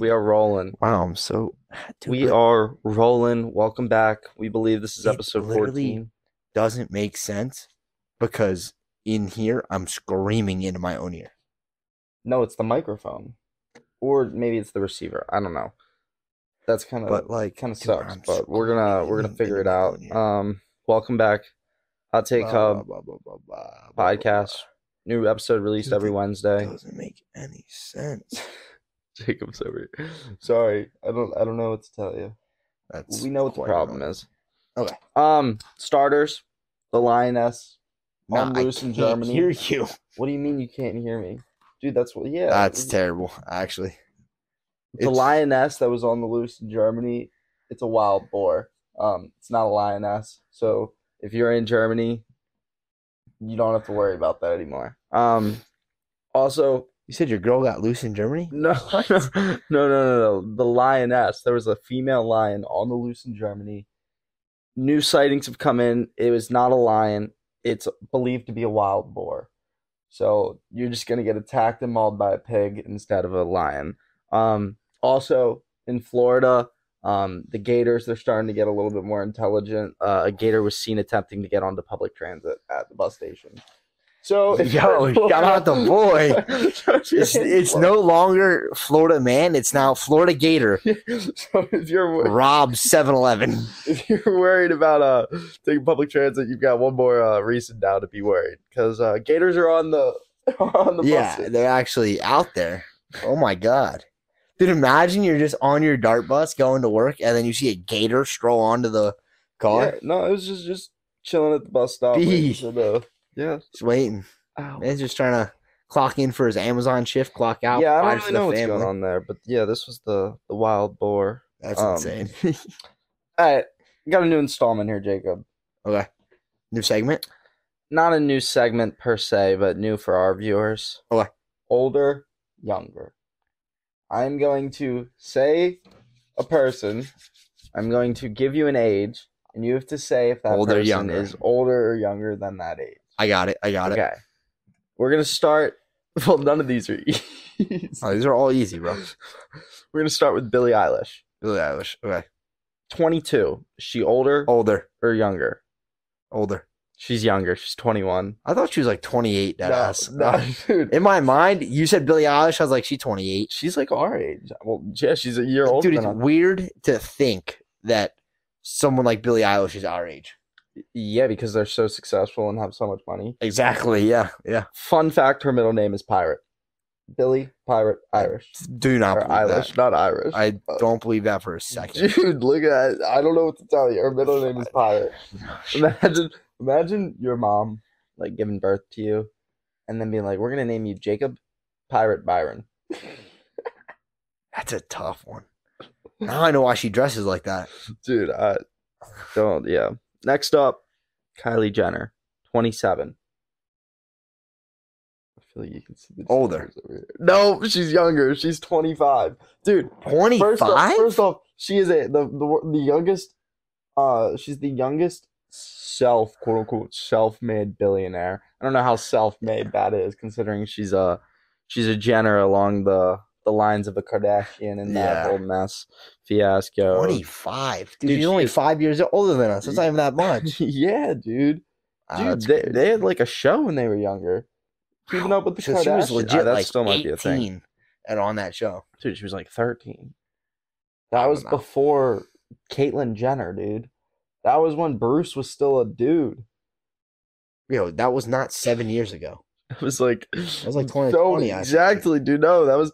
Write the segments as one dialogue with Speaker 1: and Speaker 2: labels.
Speaker 1: We are rolling.
Speaker 2: Wow, I'm so. Dude,
Speaker 1: We
Speaker 2: it
Speaker 1: are rolling. Welcome back. We believe this is
Speaker 2: It
Speaker 1: episode
Speaker 2: literally-
Speaker 1: 14.
Speaker 2: doesn't make sense because in here I'm screaming into my own ear.
Speaker 1: No, it's the microphone. Or maybe it's the receiver. I don't know. That's kind of
Speaker 2: But like,
Speaker 1: kind of
Speaker 2: dude,
Speaker 1: sucks,
Speaker 2: I'm
Speaker 1: but we're gonna we're gonna
Speaker 2: screaming
Speaker 1: figure it
Speaker 2: into my
Speaker 1: out.
Speaker 2: own ear.
Speaker 1: Um welcome back. Hot Take
Speaker 2: Blah,
Speaker 1: Hub
Speaker 2: blah, blah, blah, blah, blah, blah,
Speaker 1: podcast. New episode released
Speaker 2: Dude,
Speaker 1: every
Speaker 2: that blah.
Speaker 1: Wednesday.
Speaker 2: Doesn't make any sense.
Speaker 1: Jacob's over here. Sorry. I don't I don't know what to tell you.
Speaker 2: That's
Speaker 1: we know what the
Speaker 2: quite
Speaker 1: problem
Speaker 2: annoying.
Speaker 1: is.
Speaker 2: Okay.
Speaker 1: Um starters, the lioness, on
Speaker 2: Nah, I
Speaker 1: loose in
Speaker 2: can't
Speaker 1: Germany.
Speaker 2: Hear you?
Speaker 1: What do you mean you can't hear me? Dude, that's what yeah.
Speaker 2: That's
Speaker 1: it-
Speaker 2: terrible. Actually,
Speaker 1: the
Speaker 2: It's-
Speaker 1: lioness that was on the loose in Germany, it's a wild boar. Um, it's not a lioness. So if you're in Germany, you don't have to worry about that anymore. Um, also,
Speaker 2: You said your girl got loose in Germany.
Speaker 1: no, no, no, no, no, no. The lioness. There was a female lion on the loose in Germany. New sightings have come in. It was not a lion. It's believed to be a wild boar. So you're just gonna get attacked and mauled by a pig instead of a lion. Um, also in Florida, um, the gators they're starting to get a little bit more intelligent. Uh, a gator was seen attempting to get onto public transit at the bus station. So if
Speaker 2: Yo,
Speaker 1: you're in
Speaker 2: shout out the boy.
Speaker 1: Florida- So if you're
Speaker 2: It's
Speaker 1: in
Speaker 2: it's no longer Florida man. It's now Florida Gator.
Speaker 1: so if you're
Speaker 2: Rob Seven Eleven.
Speaker 1: if you're worried about uh taking public transit, you've got one more uh, reason now to be worried because uh, Gators are on the on the
Speaker 2: yeah,
Speaker 1: buses.
Speaker 2: they're actually out there. Oh my god. Dude, imagine you're just on your dart bus going to work and then you see a gator stroll onto the
Speaker 1: Yeah,
Speaker 2: car.
Speaker 1: no, it was just just chilling at the bus stop. waiting
Speaker 2: Jeez.
Speaker 1: for the- yeah,
Speaker 2: Just waiting. Man's just trying to clock in for his Amazon shift, clock out.
Speaker 1: yeah, I
Speaker 2: provide
Speaker 1: don't
Speaker 2: for
Speaker 1: really
Speaker 2: the
Speaker 1: know what's going
Speaker 2: family.
Speaker 1: on there, but yeah, this was the the wild boar.
Speaker 2: That's
Speaker 1: Um,
Speaker 2: insane.
Speaker 1: All right, we got a new installment here, Jacob.
Speaker 2: okay. New segment.
Speaker 1: Not a new segment per se, but new for our viewers.
Speaker 2: Okay.
Speaker 1: Older, younger. I'm going to say a person. I'm going to give you an age, and you have to say if that
Speaker 2: Older,
Speaker 1: person
Speaker 2: younger.
Speaker 1: is older or younger than that age.
Speaker 2: I got it. I got it.
Speaker 1: okay. We're gonna start. Well, none of these are easy.
Speaker 2: Oh, these are all easy, bro.
Speaker 1: We're gonna start with Billie Eilish.
Speaker 2: Billie Eilish. Okay.
Speaker 1: 22. Is she older
Speaker 2: Older.
Speaker 1: or younger?
Speaker 2: Older.
Speaker 1: She's younger. She's 21.
Speaker 2: I thought she was like 28. That ass.
Speaker 1: no, no, dude.
Speaker 2: In my mind, you said Billie Eilish. I was like, she 28.
Speaker 1: She's like our age. Well, yeah, she's a year older
Speaker 2: Dude, it's
Speaker 1: than us.
Speaker 2: weird to think that someone like Billie Eilish is our age.
Speaker 1: Yeah, because they're so successful and have so much money.
Speaker 2: Exactly. Yeah. Yeah.
Speaker 1: Fun fact: her middle name is Pirate. Billy Pirate Irish
Speaker 2: Do not
Speaker 1: or
Speaker 2: believe
Speaker 1: Irish,
Speaker 2: that.
Speaker 1: not Irish. Uh,
Speaker 2: I don't believe that for a second.
Speaker 1: Dude, look at I don't know what to tell you. Her middle name is Pirate. Imagine, imagine your mom like giving birth to you, and then being like, "We're gonna name you Jacob Pirate Byron."
Speaker 2: That's a tough one. Now I know why she dresses like that.
Speaker 1: Dude, I don't. Yeah. Next up, Kylie Jenner, twenty-seven. I feel like you can see the
Speaker 2: Older.
Speaker 1: stickers over here. No, she's younger. She's twenty-five, dude. First off,
Speaker 2: 25?
Speaker 1: first off, she is a the, the the youngest. Uh, she's the youngest self quote unquote self made billionaire. I don't know how self made that is, considering she's a she's a Jenner along the the lines of the Kardashian and that
Speaker 2: Yeah.
Speaker 1: whole mess fiasco.
Speaker 2: 25. Dude,
Speaker 1: Dude,
Speaker 2: she's
Speaker 1: she
Speaker 2: only
Speaker 1: is-
Speaker 2: five years older than us. That's not even that much.
Speaker 1: yeah, dude.
Speaker 2: Wow,
Speaker 1: Dude,
Speaker 2: Ah, that's
Speaker 1: they,
Speaker 2: crazy.
Speaker 1: they had like a show when they were younger. Keeping up with the
Speaker 2: So
Speaker 1: Kardashians.
Speaker 2: she was legit
Speaker 1: Ah, that
Speaker 2: like
Speaker 1: still might
Speaker 2: 18
Speaker 1: be a thing.
Speaker 2: and on that show.
Speaker 1: Dude, she was like 13.
Speaker 2: I
Speaker 1: That
Speaker 2: don't
Speaker 1: was
Speaker 2: know.
Speaker 1: before Caitlyn Jenner, dude. That was when Bruce was still a dude.
Speaker 2: Yo, that was not seven years ago.
Speaker 1: It was like, it
Speaker 2: was like 2020, I think.
Speaker 1: exactly, dude. No, that was.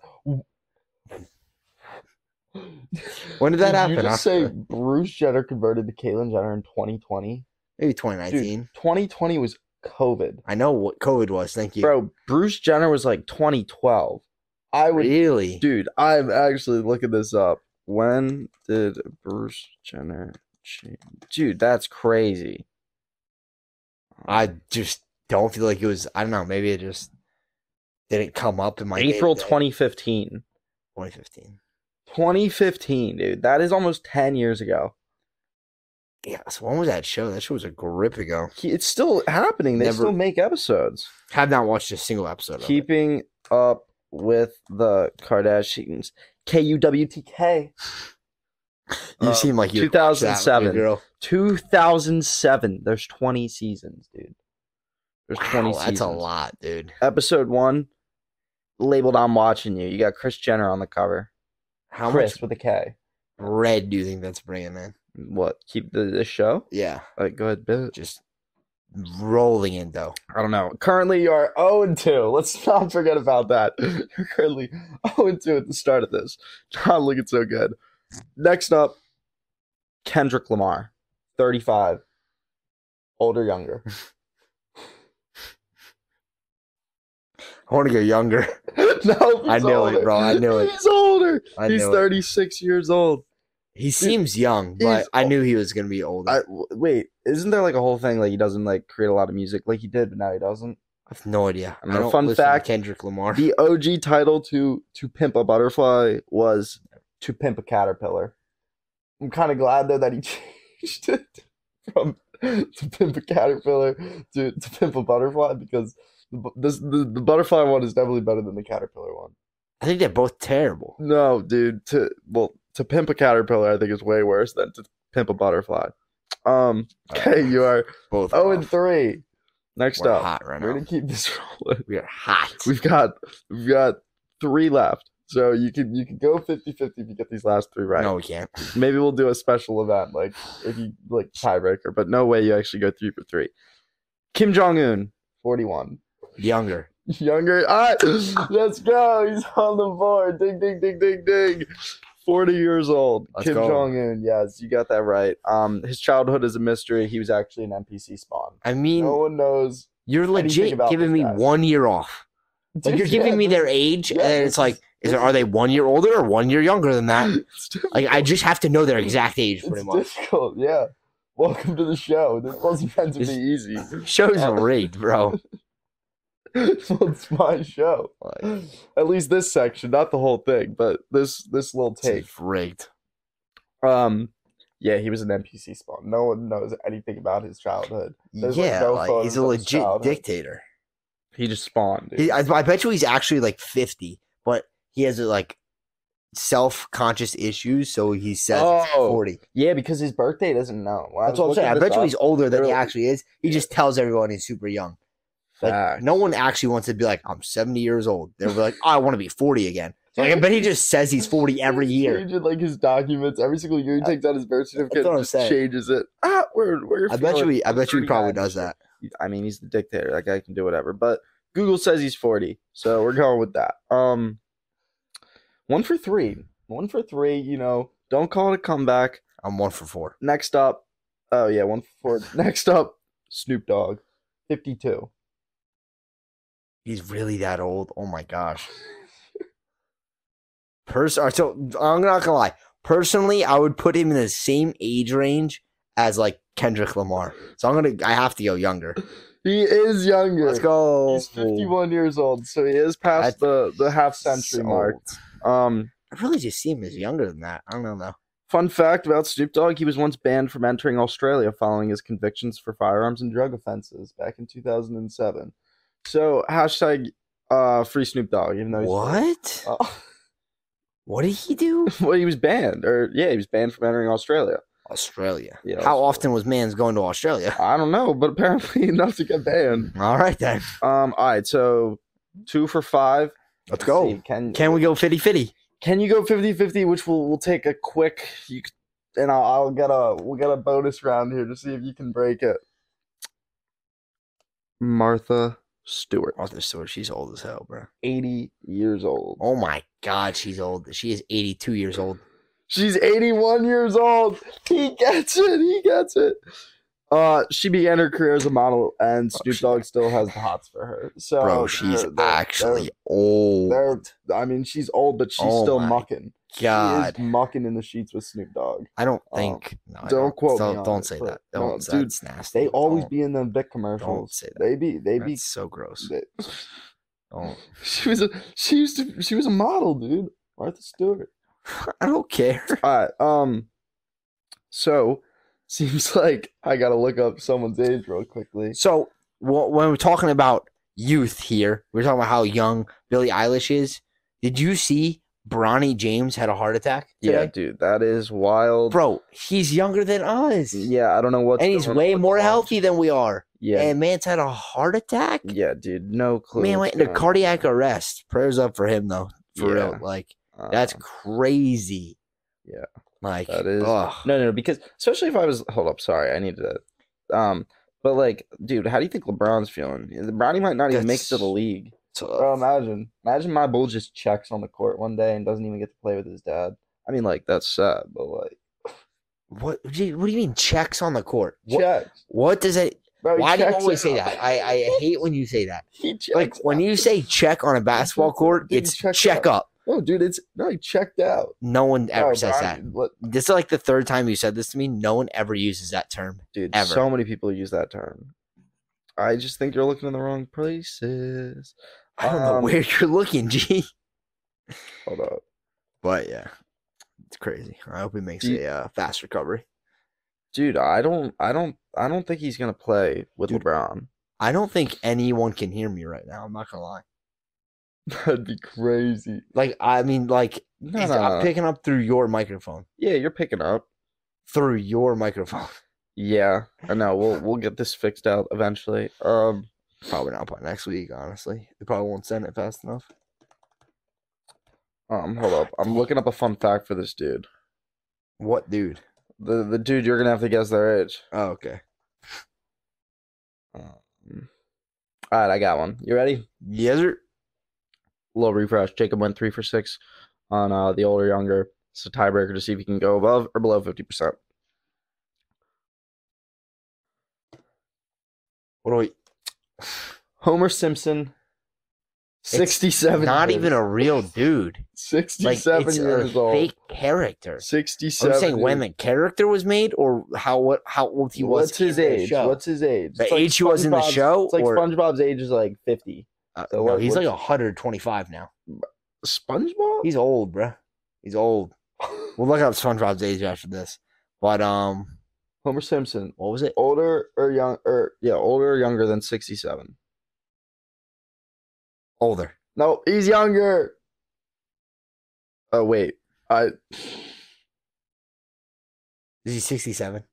Speaker 2: When did that
Speaker 1: Did you
Speaker 2: happen?
Speaker 1: just say Bruce Jenner converted to Caitlyn Jenner in 2020?
Speaker 2: Maybe
Speaker 1: Dude,
Speaker 2: 2019.
Speaker 1: 2020 was COVID.
Speaker 2: I know what COVID was. Thank you.
Speaker 1: Bro, Bruce Jenner was like 2012. I would
Speaker 2: really?
Speaker 1: Dude, I'm actually looking this up. When did Bruce Jenner change? Dude, that's crazy.
Speaker 2: I just don't feel like it was. I don't know. Maybe it just didn't come up in my
Speaker 1: April
Speaker 2: day-to-day.
Speaker 1: 2015.
Speaker 2: 2015.
Speaker 1: 2015, dude. That is almost 10 years ago.
Speaker 2: Yeah. So when was that show? That show was a grip ago.
Speaker 1: He- It's still happening. They
Speaker 2: Never-
Speaker 1: still make episodes.
Speaker 2: Have not watched a single episode. Of it.
Speaker 1: Keeping up with the Kardashians. K U W T K.
Speaker 2: You
Speaker 1: Uh,
Speaker 2: seem like you
Speaker 1: 2007.
Speaker 2: girl.
Speaker 1: 2007. There's 20 seasons, dude. There's 20
Speaker 2: Wow,
Speaker 1: seasons.
Speaker 2: that's a lot, dude.
Speaker 1: Episode one, labeled I'm watching you. You got Chris Jenner on the cover.
Speaker 2: How
Speaker 1: Chris
Speaker 2: much
Speaker 1: with a K.
Speaker 2: red do you think that's bringing in?
Speaker 1: What? Keep the, the show?
Speaker 2: Yeah,
Speaker 1: All right, go ahead, bitch.
Speaker 2: just rolling in though.
Speaker 1: I don't know. Currently, you are 0 2. Let's not forget about that. You're currently 0 2 at the start of this. Not looking so good. Next up, Kendrick Lamar, 35. Older, younger.
Speaker 2: I want to go younger.
Speaker 1: no,
Speaker 2: I
Speaker 1: he's
Speaker 2: knew it,
Speaker 1: older.
Speaker 2: bro. I knew it.
Speaker 1: He's older.
Speaker 2: I
Speaker 1: he's
Speaker 2: knew it.
Speaker 1: 36 years old.
Speaker 2: He seems young, but
Speaker 1: he's
Speaker 2: I knew he was gonna be older.
Speaker 1: I, w- wait, isn't there like a whole thing like he doesn't like create a lot of music like he did, but now he doesn't?
Speaker 2: I have no idea.
Speaker 1: I mean,
Speaker 2: I don't
Speaker 1: fun
Speaker 2: listen to
Speaker 1: fact,
Speaker 2: Kendrick Lamar.
Speaker 1: The OG title to To Pimp a Butterfly was To Pimp a Caterpillar. I'm kind of glad though that he changed it from To Pimp a Caterpillar to To Pimp a Butterfly because the, bu- this, the, the butterfly one is definitely better than the caterpillar one.
Speaker 2: I think they're both terrible.
Speaker 1: No, dude. To well, to pimp a caterpillar, I think is way worse than to pimp a butterfly. Um, okay, you are
Speaker 2: Both.
Speaker 1: oh and
Speaker 2: rough.
Speaker 1: three. Next
Speaker 2: We're
Speaker 1: up,
Speaker 2: hot right
Speaker 1: we're
Speaker 2: now.
Speaker 1: gonna keep this rolling.
Speaker 2: We are hot.
Speaker 1: We've got we've got three left, so you can you can go 50-50 if you get these last three right.
Speaker 2: No, we can't.
Speaker 1: Maybe we'll do a special event like if you like tiebreaker, but no way you actually go three for three. Kim Jong Un, forty one.
Speaker 2: Younger.
Speaker 1: Younger. Ah, let's go. He's on the board. Ding, ding, ding, ding, ding. 40 years old.
Speaker 2: Let's
Speaker 1: Kim
Speaker 2: go.
Speaker 1: Jong Un. Yes, you got that right. Um, his childhood is a mystery. He was actually an NPC spawn.
Speaker 2: I mean,
Speaker 1: No one knows.
Speaker 2: you're
Speaker 1: do you think
Speaker 2: legit
Speaker 1: about
Speaker 2: giving
Speaker 1: this
Speaker 2: me
Speaker 1: guy?
Speaker 2: one year off. Like you're giving me their age,
Speaker 1: yeah,
Speaker 2: and
Speaker 1: this
Speaker 2: it's like,
Speaker 1: is-
Speaker 2: is are they one year older or one year younger than that?
Speaker 1: It's difficult.
Speaker 2: Like, I just have to know their exact age, pretty
Speaker 1: It's
Speaker 2: much.
Speaker 1: difficult. Yeah. Welcome to the show. This wasn't meant to be
Speaker 2: This-
Speaker 1: easy.
Speaker 2: Show's rigged, bro.
Speaker 1: well, it's my show.
Speaker 2: Like,
Speaker 1: At least this section, not the whole thing, but this this little take.
Speaker 2: it's rigged.
Speaker 1: Um, yeah, he was an NPC spawn. No one knows anything about his childhood. There's, like,
Speaker 2: yeah,
Speaker 1: no
Speaker 2: like,
Speaker 1: photos
Speaker 2: he's a
Speaker 1: of his
Speaker 2: legit
Speaker 1: childhood.
Speaker 2: dictator.
Speaker 1: He just spawned.
Speaker 2: He, I, I bet you he's actually like 50, but he has like self-conscious issues, so he says it's
Speaker 1: Oh,
Speaker 2: 40.
Speaker 1: yeah, because his birthday doesn't know. When I was
Speaker 2: That's what I'm
Speaker 1: looking
Speaker 2: saying. I
Speaker 1: this
Speaker 2: bet you
Speaker 1: up-
Speaker 2: he's older than he
Speaker 1: they're-
Speaker 2: actually is. He just tells everyone he's super young. Like,
Speaker 1: Fact.
Speaker 2: no one actually wants to be like, I'm 70 years old. They're like, I want to be 40 again. So, like, I bet he just says he's 40 every
Speaker 1: He's
Speaker 2: year.
Speaker 1: Changing, like his documents every single year, he
Speaker 2: I-
Speaker 1: takes out his birth certificate,
Speaker 2: what I'm
Speaker 1: and just
Speaker 2: saying.
Speaker 1: changes it. Ah, we're, we're
Speaker 2: I bet you
Speaker 1: feeling-
Speaker 2: he, I bet you
Speaker 1: 39
Speaker 2: he probably
Speaker 1: and
Speaker 2: does
Speaker 1: shit.
Speaker 2: that.
Speaker 1: I mean, he's the dictator. That guy can do whatever. But Google says he's 40, so we're going with that. Um, one for three. One for three. You know, don't call it a comeback.
Speaker 2: I'm one for four.
Speaker 1: Next up, oh yeah, one for next up, Snoop Dogg, fifty-two.
Speaker 2: He's really that old. Oh my gosh. Person, so I'm not gonna lie. Personally, I would put him in the same age range as like Kendrick Lamar. So I'm gonna, I have to go younger.
Speaker 1: He is younger. Oh.
Speaker 2: Let's go.
Speaker 1: He's fifty-one years old, so he is past the the half century
Speaker 2: So
Speaker 1: mark.
Speaker 2: old.
Speaker 1: Um,
Speaker 2: I really just see him as younger than that. I don't know.
Speaker 1: fun fact about Snoop Dogg: he was once banned from entering Australia following his convictions for firearms and drug offenses back in two thousand and seven. So hashtag uh, free Snoop Dogg, even though he's
Speaker 2: What?
Speaker 1: Uh,
Speaker 2: What did he do?
Speaker 1: well, he was banned, or yeah, he was banned from entering Australia.
Speaker 2: Australia.
Speaker 1: Yeah,
Speaker 2: How
Speaker 1: Australia.
Speaker 2: often was man's going to Australia?
Speaker 1: I don't know, but apparently enough to get banned.
Speaker 2: All right then.
Speaker 1: Um. All right. So two for five.
Speaker 2: Let's
Speaker 1: see,
Speaker 2: go.
Speaker 1: Can can
Speaker 2: Can we go fitty fitty?
Speaker 1: you go 50-50, Which we'll we'll take a quick. You c- and I'll, I'll get a we'll get a bonus round here to see if you can break it. Martha Stewart,
Speaker 2: Arthur Stewart, she's old as hell, bro.
Speaker 1: eighty years old.
Speaker 2: Oh my god, she's old. She is 82 years old.
Speaker 1: She's eighty-one years old. He gets it. He gets it. Uh, she began her career as a model, and
Speaker 2: Oh,
Speaker 1: Snoop
Speaker 2: she-
Speaker 1: Dogg still has the hots for her. So,
Speaker 2: Bro, she's
Speaker 1: they're- they're-
Speaker 2: actually old.
Speaker 1: they're- I mean, she's old, but she's
Speaker 2: Oh
Speaker 1: still
Speaker 2: my
Speaker 1: mucking.
Speaker 2: God,
Speaker 1: He is mucking in the sheets with Snoop Dogg.
Speaker 2: I don't
Speaker 1: Oh.
Speaker 2: think. no, I
Speaker 1: Don't quote me
Speaker 2: Don't,
Speaker 1: on
Speaker 2: don't
Speaker 1: it,
Speaker 2: say
Speaker 1: but-
Speaker 2: that.
Speaker 1: no,
Speaker 2: Don't.
Speaker 1: dude,
Speaker 2: that's nasty.
Speaker 1: They always
Speaker 2: Don't.
Speaker 1: be in them Vic commercials.
Speaker 2: say that.
Speaker 1: They be they be.
Speaker 2: That's so gross.
Speaker 1: They,
Speaker 2: Don't.
Speaker 1: she was a she used to she was a model, dude. Martha Stewart.
Speaker 2: I don't care.
Speaker 1: All right. Um. So seems like I gotta look up someone's age real quickly.
Speaker 2: So wh- when we're talking about youth here, we're talking about how young Billie Eilish is. Did you see Bronny James had a heart attack
Speaker 1: Yeah,
Speaker 2: today?
Speaker 1: dude, that is wild.
Speaker 2: Bro, he's younger than us.
Speaker 1: Yeah, I don't know what.
Speaker 2: and he's way more healthy than we are.
Speaker 1: Yeah,
Speaker 2: And man's had a heart attack.
Speaker 1: yeah, dude, no clue.
Speaker 2: Man
Speaker 1: what's
Speaker 2: went into
Speaker 1: going on.
Speaker 2: cardiac arrest. Prayers up for him though. For real.
Speaker 1: Yeah.
Speaker 2: Like
Speaker 1: Uh,
Speaker 2: that's crazy.
Speaker 1: yeah,
Speaker 2: Like
Speaker 1: That is
Speaker 2: ugh.
Speaker 1: no, no, because especially if I was hold up, sorry, I needed to, um, but like, dude, how do you think LeBron's feeling? Brownie might not even make it to the
Speaker 2: That's-
Speaker 1: league.
Speaker 2: tough.
Speaker 1: Bro, imagine, imagine my bull just checks on the court one day and doesn't even get to play with his dad. I mean, like that's sad, but like
Speaker 2: What what do you what do you mean checks on the court? What,
Speaker 1: checks.
Speaker 2: what does it
Speaker 1: Bro, he
Speaker 2: why do you
Speaker 1: checks
Speaker 2: always say
Speaker 1: out.
Speaker 2: that? I, I hate when you say that.
Speaker 1: he checks
Speaker 2: Like when
Speaker 1: out.
Speaker 2: you say check on a basketball court,
Speaker 1: Dude,
Speaker 2: it's
Speaker 1: check
Speaker 2: check up.
Speaker 1: no, dude, it's no, he checked out.
Speaker 2: No one ever
Speaker 1: Bro,
Speaker 2: says that.
Speaker 1: Bronny- look,
Speaker 2: This is like the third time you said this to me. No one ever uses that term.
Speaker 1: dude.
Speaker 2: Ever.
Speaker 1: So many people use that term. I just think you're looking in the wrong places.
Speaker 2: I don't know
Speaker 1: Um,
Speaker 2: where you're looking, G.
Speaker 1: Hold up.
Speaker 2: But yeah, it's crazy. I hope he makes
Speaker 1: Do you-
Speaker 2: a uh, fast recovery.
Speaker 1: Dude, I don't, I don't, I don't think he's gonna play with
Speaker 2: Dude.
Speaker 1: LeBron.
Speaker 2: I don't think anyone can hear me right now. I'm not gonna lie.
Speaker 1: That'd be crazy.
Speaker 2: Like I mean, like
Speaker 1: No,
Speaker 2: it's-
Speaker 1: no,
Speaker 2: I'm
Speaker 1: no.
Speaker 2: picking up through your microphone,
Speaker 1: yeah, you're picking up.
Speaker 2: through your microphone.
Speaker 1: Yeah, I know. We'll we'll get this fixed out eventually. Um,
Speaker 2: Probably not by next week, honestly. They probably won't send it fast enough.
Speaker 1: um, hold up. I'm looking up a fun fact for this dude.
Speaker 2: What, dude?
Speaker 1: The the dude you're gonna have to guess their age.
Speaker 2: Oh, okay.
Speaker 1: Um, all right, I got one. You ready?
Speaker 2: Yes, sir.
Speaker 1: little refresh. Jacob went three for six on uh, the older younger. It's a tiebreaker to see if he can go above or below fifty percent.
Speaker 2: What do we?
Speaker 1: Homer Simpson, sixty-seven.
Speaker 2: Not
Speaker 1: years-
Speaker 2: even a real dude. Like
Speaker 1: sixty-seven
Speaker 2: it's a
Speaker 1: years old.
Speaker 2: fake character.
Speaker 1: Sixty-seven.
Speaker 2: I'm saying when
Speaker 1: years-
Speaker 2: the character was made, or how what how old he was.
Speaker 1: What's his
Speaker 2: in the
Speaker 1: age?
Speaker 2: show.
Speaker 1: What's his age?
Speaker 2: The
Speaker 1: It's like
Speaker 2: age he was in the
Speaker 1: SpongeBob's-
Speaker 2: show,
Speaker 1: It's like
Speaker 2: or
Speaker 1: SpongeBob's age is like fifty.
Speaker 2: uh,
Speaker 1: so
Speaker 2: no,
Speaker 1: what-
Speaker 2: he's
Speaker 1: what-
Speaker 2: like 125 now.
Speaker 1: SpongeBob.
Speaker 2: He's old, bruh. He's old. We'll look up SpongeBob's age after this. But um,
Speaker 1: Homer Simpson,
Speaker 2: what was it?
Speaker 1: older or young or yeah, older or younger than sixty-seven.
Speaker 2: Older.
Speaker 1: No, he's younger. Oh wait, I.
Speaker 2: Is he 67?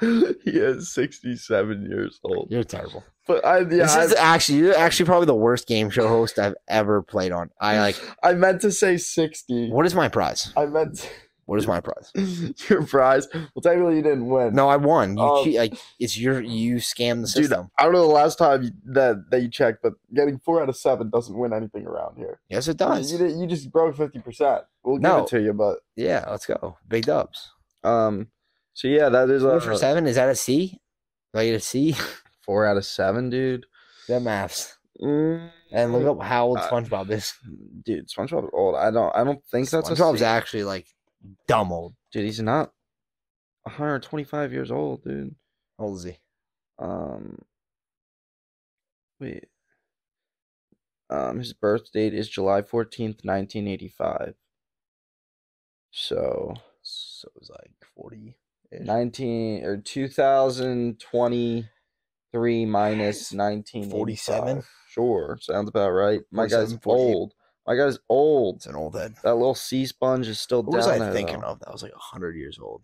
Speaker 1: he is 67 years old.
Speaker 2: You're terrible.
Speaker 1: But I, yeah,
Speaker 2: this
Speaker 1: I,
Speaker 2: is actually you're actually probably the worst game show host I've ever played on. I like.
Speaker 1: I meant to say 60.
Speaker 2: What is my prize?
Speaker 1: I meant
Speaker 2: What is my prize?
Speaker 1: your prize. Well, technically, you didn't win.
Speaker 2: No, I won. You
Speaker 1: Um,
Speaker 2: cheat. Like it's your you scam the
Speaker 1: Dude,
Speaker 2: system.
Speaker 1: I don't know the last time you- that that you checked, but getting four out of seven doesn't win anything around here.
Speaker 2: yes, it
Speaker 1: You-
Speaker 2: does.
Speaker 1: You, did- you just broke 50%. We'll give
Speaker 2: No.
Speaker 1: it to you, but.
Speaker 2: Yeah, let's go. Big dubs.
Speaker 1: um. So, yeah, that is
Speaker 2: Four
Speaker 1: a
Speaker 2: for seven? Is that a C? Do I get a C?
Speaker 1: four out of seven, dude.
Speaker 2: that maths.
Speaker 1: Mm,
Speaker 2: And look up how old
Speaker 1: Uh,
Speaker 2: SpongeBob is.
Speaker 1: dude, SpongeBob's old. I don't. I don't think that's a
Speaker 2: SpongeBob's
Speaker 1: secret.
Speaker 2: actually like dumb old.
Speaker 1: dude. He's not 125 years old, dude.
Speaker 2: How old is he?
Speaker 1: Um, wait. Um, his birth date is July 14th, 1985. So,
Speaker 2: So it's like forty.
Speaker 1: 19 or 2023 minus 1947. Sure, sounds about right. My guy's
Speaker 2: 47, 48.
Speaker 1: old. My guy's old.
Speaker 2: It's an old head.
Speaker 1: That little sea sponge is still
Speaker 2: What
Speaker 1: down
Speaker 2: was I
Speaker 1: there,
Speaker 2: thinking
Speaker 1: though.
Speaker 2: of? That was like hundred years old.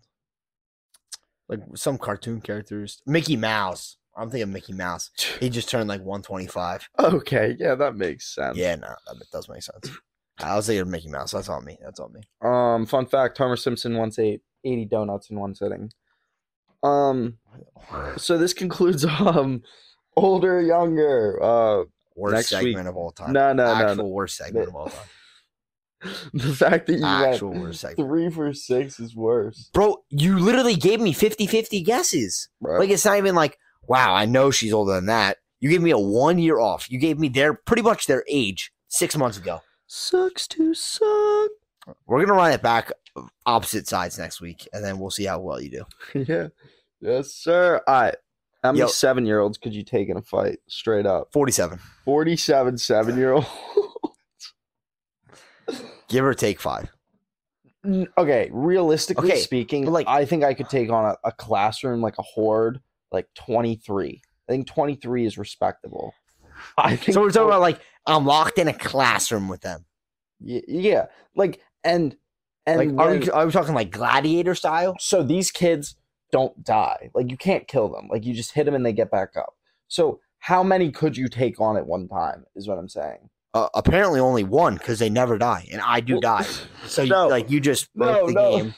Speaker 2: Like some cartoon characters. Mickey Mouse. I'm thinking Mickey Mouse. He just turned like 125.
Speaker 1: Okay, yeah, that makes sense.
Speaker 2: Yeah, no, that that does make sense. I was thinking of Mickey Mouse. That's on me. That's on me.
Speaker 1: Um, fun fact: Homer Simpson once ate 80 donuts in one sitting. Um, so this concludes um, older, younger. Uh,
Speaker 2: Worst
Speaker 1: Next week-
Speaker 2: segment of all time.
Speaker 1: no, no, no,
Speaker 2: Actual
Speaker 1: no.
Speaker 2: worst segment of all time.
Speaker 1: The fact that you
Speaker 2: Actual
Speaker 1: went
Speaker 2: worst segment.
Speaker 1: three for six is worse.
Speaker 2: Bro, you literally gave me 50 50 guesses.
Speaker 1: Bro.
Speaker 2: Like, it's not even like, wow, I know she's older than that. You gave me a one year off. You gave me their pretty much their age six months ago.
Speaker 1: sucks to suck.
Speaker 2: We're going to run it back opposite sides next week, and then we'll see how well you do.
Speaker 1: yeah, yes, sir. All right. How many
Speaker 2: Yo.
Speaker 1: seven-year-olds could you take in a fight? Straight up,
Speaker 2: 47,
Speaker 1: forty-seven seven-year-old.
Speaker 2: give or take five.
Speaker 1: N- okay, realistically
Speaker 2: Okay,
Speaker 1: speaking,
Speaker 2: but,
Speaker 1: like
Speaker 2: like-
Speaker 1: I think I could take on a, a classroom like a horde, like twenty three. I think twenty three is respectable. I think
Speaker 2: So we're talking
Speaker 1: four-
Speaker 2: about like, I'm locked in a classroom with them.
Speaker 1: Y- yeah, like and and
Speaker 2: like, are
Speaker 1: when-
Speaker 2: we, are we talking like gladiator style?
Speaker 1: so these kids don't die. Like you can't kill them. Like you just hit them and they get back up. So how many could you take on at one time? Is what I'm saying.
Speaker 2: Uh, apparently, only one because they never die, and I do
Speaker 1: Well-
Speaker 2: die. So, you-
Speaker 1: No.
Speaker 2: like, you just broke
Speaker 1: No,
Speaker 2: the
Speaker 1: no.
Speaker 2: game.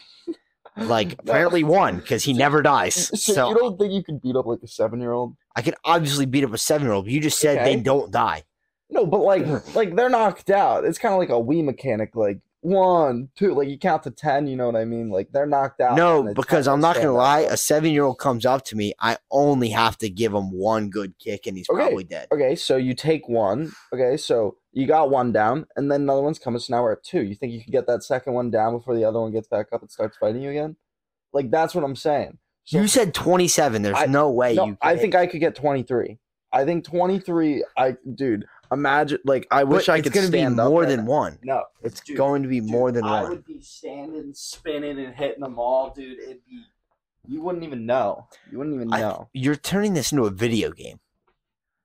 Speaker 2: Like,
Speaker 1: No.
Speaker 2: apparently, one because he never dies.
Speaker 1: So,
Speaker 2: So,
Speaker 1: you don't think you could beat up like a seven year old?
Speaker 2: I could obviously beat up a seven year old. You just said
Speaker 1: Okay.
Speaker 2: they don't die.
Speaker 1: No, but like like they're knocked out. It's kind of like a Wii mechanic. Like one, two, like you count to ten. You know what I mean? Like they're knocked out. and
Speaker 2: No,
Speaker 1: it's
Speaker 2: because
Speaker 1: time
Speaker 2: I'm not
Speaker 1: stand
Speaker 2: gonna
Speaker 1: up.
Speaker 2: lie. A seven year old comes up to me. I only have to give him one good kick, and he's
Speaker 1: Okay.
Speaker 2: probably dead.
Speaker 1: Okay, so you take one. Okay, so you got one down, and then another one's coming. So now we're at two. You think you can get that second one down before the other one gets back up and starts fighting you again? Like that's what I'm saying. So
Speaker 2: you said 27. There's
Speaker 1: I-
Speaker 2: no way
Speaker 1: no,
Speaker 2: you.
Speaker 1: I
Speaker 2: can-
Speaker 1: think I could get 23. I think 23. I dude, imagine like I
Speaker 2: But
Speaker 1: wish I
Speaker 2: it's
Speaker 1: could
Speaker 2: gonna be
Speaker 1: stand up
Speaker 2: more
Speaker 1: right
Speaker 2: than one.
Speaker 1: now. no.
Speaker 2: It's
Speaker 1: Dude,
Speaker 2: going to be
Speaker 1: dude,
Speaker 2: more than
Speaker 1: I
Speaker 2: one.
Speaker 1: would be standing, spinning, and hitting them all, dude. It'd be you wouldn't even know. You wouldn't even
Speaker 2: I-
Speaker 1: know.
Speaker 2: You're turning this into a video game.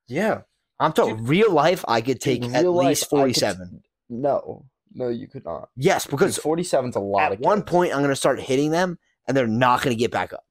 Speaker 1: yeah.
Speaker 2: I'm talking real life. I could take
Speaker 1: Dude,
Speaker 2: at
Speaker 1: real life,
Speaker 2: least
Speaker 1: I could-
Speaker 2: 47.
Speaker 1: No. No, you could not.
Speaker 2: Yes,
Speaker 1: Because
Speaker 2: because
Speaker 1: 47's a lot.
Speaker 2: at
Speaker 1: of
Speaker 2: one
Speaker 1: kids.
Speaker 2: point I'm gonna start hitting them, and they're not gonna get back up.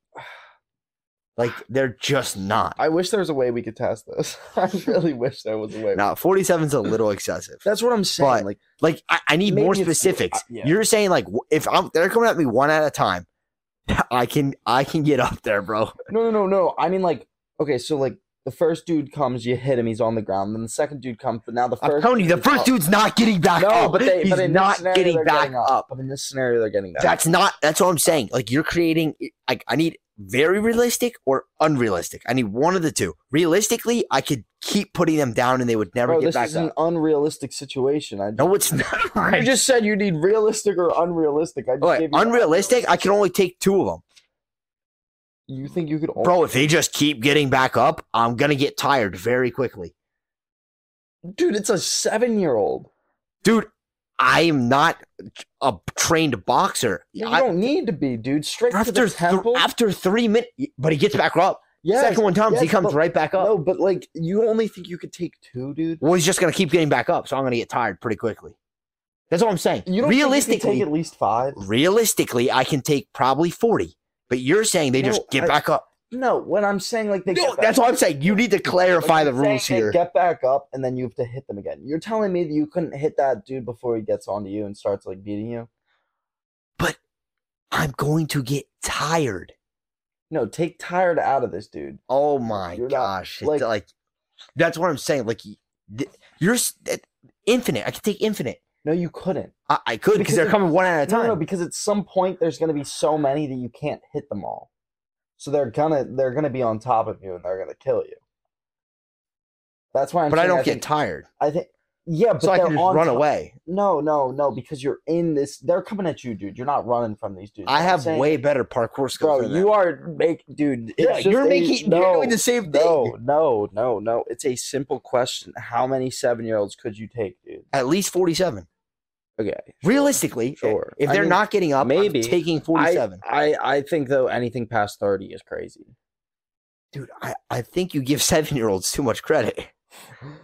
Speaker 2: Like they're just not.
Speaker 1: I wish there was a way we could test this. I really wish there was a way.
Speaker 2: Now 47's a little excessive.
Speaker 1: That's what I'm saying.
Speaker 2: But-
Speaker 1: like
Speaker 2: Like I, I need more
Speaker 1: Maybe it's-
Speaker 2: specifics.
Speaker 1: uh, yeah.
Speaker 2: You're saying like w- if I'm they're coming at me one at a time, I can I can get up there, bro.
Speaker 1: no, no, no, no. I mean like okay, so like the first dude comes, you hit him, he's on the ground. Then the second dude comes, but now the
Speaker 2: I'm
Speaker 1: first
Speaker 2: telling you, the
Speaker 1: dude's
Speaker 2: first
Speaker 1: up.
Speaker 2: dude's not getting back
Speaker 1: no,
Speaker 2: up.
Speaker 1: but they
Speaker 2: He's
Speaker 1: but in this
Speaker 2: not
Speaker 1: scenario,
Speaker 2: getting
Speaker 1: they're
Speaker 2: back
Speaker 1: up.
Speaker 2: up.
Speaker 1: But in this scenario, they're getting back.
Speaker 2: That's not. That's what I'm saying. Like you're creating. Like I need very realistic or unrealistic. I need one of the two. Realistically, I could keep putting them down and they would never
Speaker 1: Bro,
Speaker 2: get
Speaker 1: this
Speaker 2: back
Speaker 1: is
Speaker 2: up.
Speaker 1: an unrealistic situation. I
Speaker 2: no, it's not.
Speaker 1: you just said you need realistic or unrealistic. I just
Speaker 2: Okay,
Speaker 1: gave you the
Speaker 2: unrealistic. I can only take two of them,
Speaker 1: You think you could? Only-
Speaker 2: bro. If they just keep getting back up, I'm gonna get tired very quickly,
Speaker 1: dude, it's a seven-year-old.
Speaker 2: dude. I am not a trained boxer.
Speaker 1: You
Speaker 2: I-
Speaker 1: don't need to be, dude. Straight to
Speaker 2: after
Speaker 1: the
Speaker 2: th-
Speaker 1: temple.
Speaker 2: after three minutes, but he gets back up.
Speaker 1: Yes,
Speaker 2: Second one comes, he
Speaker 1: yes,
Speaker 2: comes
Speaker 1: but-
Speaker 2: right back up.
Speaker 1: No, but like you only think you could take two, dude.
Speaker 2: Well, he's just gonna keep getting back up, so I'm gonna get tired pretty quickly. That's all I'm saying.
Speaker 1: You don't think you could
Speaker 2: realistically,
Speaker 1: take at least five.
Speaker 2: realistically, I can take probably forty. But you're saying they just
Speaker 1: No,
Speaker 2: get
Speaker 1: I-
Speaker 2: back up.
Speaker 1: No, what I'm saying, like they.
Speaker 2: No,
Speaker 1: get back-
Speaker 2: that's what I'm saying. You need to
Speaker 1: like,
Speaker 2: clarify the
Speaker 1: you're saying
Speaker 2: rules
Speaker 1: they
Speaker 2: here.
Speaker 1: Get back up, and then you have to hit them again. You're telling me that you couldn't hit that dude before he gets onto you and starts like beating you.
Speaker 2: I'm going to get tired.
Speaker 1: No, take tired out of this, dude.
Speaker 2: Oh my
Speaker 1: You're not-
Speaker 2: gosh! It's
Speaker 1: like-
Speaker 2: like, that's what I'm saying. Like, y- th- you're s- it- infinite. I could take infinite.
Speaker 1: No, you couldn't.
Speaker 2: I, I could because
Speaker 1: Because
Speaker 2: they're
Speaker 1: it-
Speaker 2: coming one at a
Speaker 1: No,
Speaker 2: time.
Speaker 1: no, because at some point there's going to be so many that you can't hit them all. So they're gonna they're gonna be on top of you and they're gonna kill you. That's why I'm.
Speaker 2: but I
Speaker 1: saying
Speaker 2: don't get
Speaker 1: think,
Speaker 2: tired,
Speaker 1: I think. Yeah, but
Speaker 2: so I
Speaker 1: they're
Speaker 2: can just
Speaker 1: on
Speaker 2: run
Speaker 1: top-
Speaker 2: away.
Speaker 1: No, no, no, because you're in this. They're coming at you, dude. You're not running from these dudes.
Speaker 2: I
Speaker 1: I'm
Speaker 2: have
Speaker 1: saying-
Speaker 2: way better parkour skills.
Speaker 1: Bro,
Speaker 2: than
Speaker 1: you
Speaker 2: that.
Speaker 1: are make, dude. it's
Speaker 2: Yeah,
Speaker 1: just
Speaker 2: you're
Speaker 1: a-
Speaker 2: making.
Speaker 1: no,
Speaker 2: You're doing the same thing.
Speaker 1: no, no, no, no. It's a simple question. How many seven year olds could you take, dude?
Speaker 2: At least 47.
Speaker 1: Okay,
Speaker 2: Realistically,
Speaker 1: sure.
Speaker 2: if
Speaker 1: I
Speaker 2: they're
Speaker 1: mean,
Speaker 2: not getting up, maybe
Speaker 1: maybe.
Speaker 2: I'm taking 47.
Speaker 1: I, I I think though anything past thirty is crazy.
Speaker 2: Dude, I, I think you give seven year olds too much credit.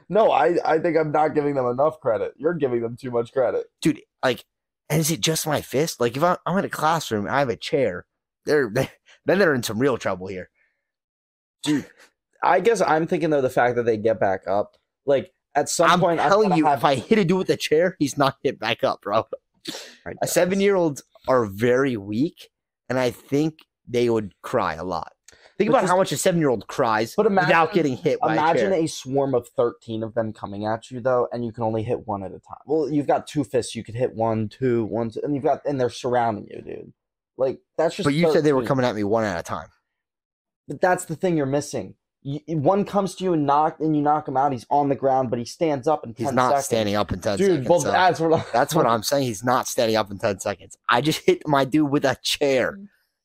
Speaker 1: No, I, I think I'm not giving them enough credit. You're giving them too much credit.
Speaker 2: Dude, like, and is it just my fist? Like, if I'm, I'm in a classroom and I have a chair, they're, they, then they're in some real trouble here.
Speaker 1: I guess I'm thinking though the fact that they get back up, like at some
Speaker 2: I'm
Speaker 1: point,
Speaker 2: telling
Speaker 1: I'm
Speaker 2: you,
Speaker 1: gonna
Speaker 2: if
Speaker 1: have,
Speaker 2: I hit a dude with a chair, he's not hit back up, bro.
Speaker 1: I
Speaker 2: A
Speaker 1: guess.
Speaker 2: seven year olds are very weak, and I think they would cry a lot. Think
Speaker 1: But
Speaker 2: about
Speaker 1: just-
Speaker 2: how much a seven year old cries
Speaker 1: But
Speaker 2: without
Speaker 1: imagine-
Speaker 2: getting hit by a
Speaker 1: Imagine
Speaker 2: chair.
Speaker 1: a swarm of 13 of them coming at you though, and you can only hit one at a time. Well, you've got two fists, you could hit one, two, one, two, and you've got and they're surrounding you, dude. Like that's just
Speaker 2: But you said they were
Speaker 1: 13.
Speaker 2: coming at me one at a time.
Speaker 1: But that's the thing you're missing. You, one comes to you and knock and you knock him out, he's on the ground, but he stands up in 10
Speaker 2: He's not
Speaker 1: seconds.
Speaker 2: standing up in 10
Speaker 1: Dude,
Speaker 2: seconds.
Speaker 1: well
Speaker 2: so
Speaker 1: that's what I,
Speaker 2: that's what I'm saying. He's not standing up in 10 seconds. I just hit my dude with a chair.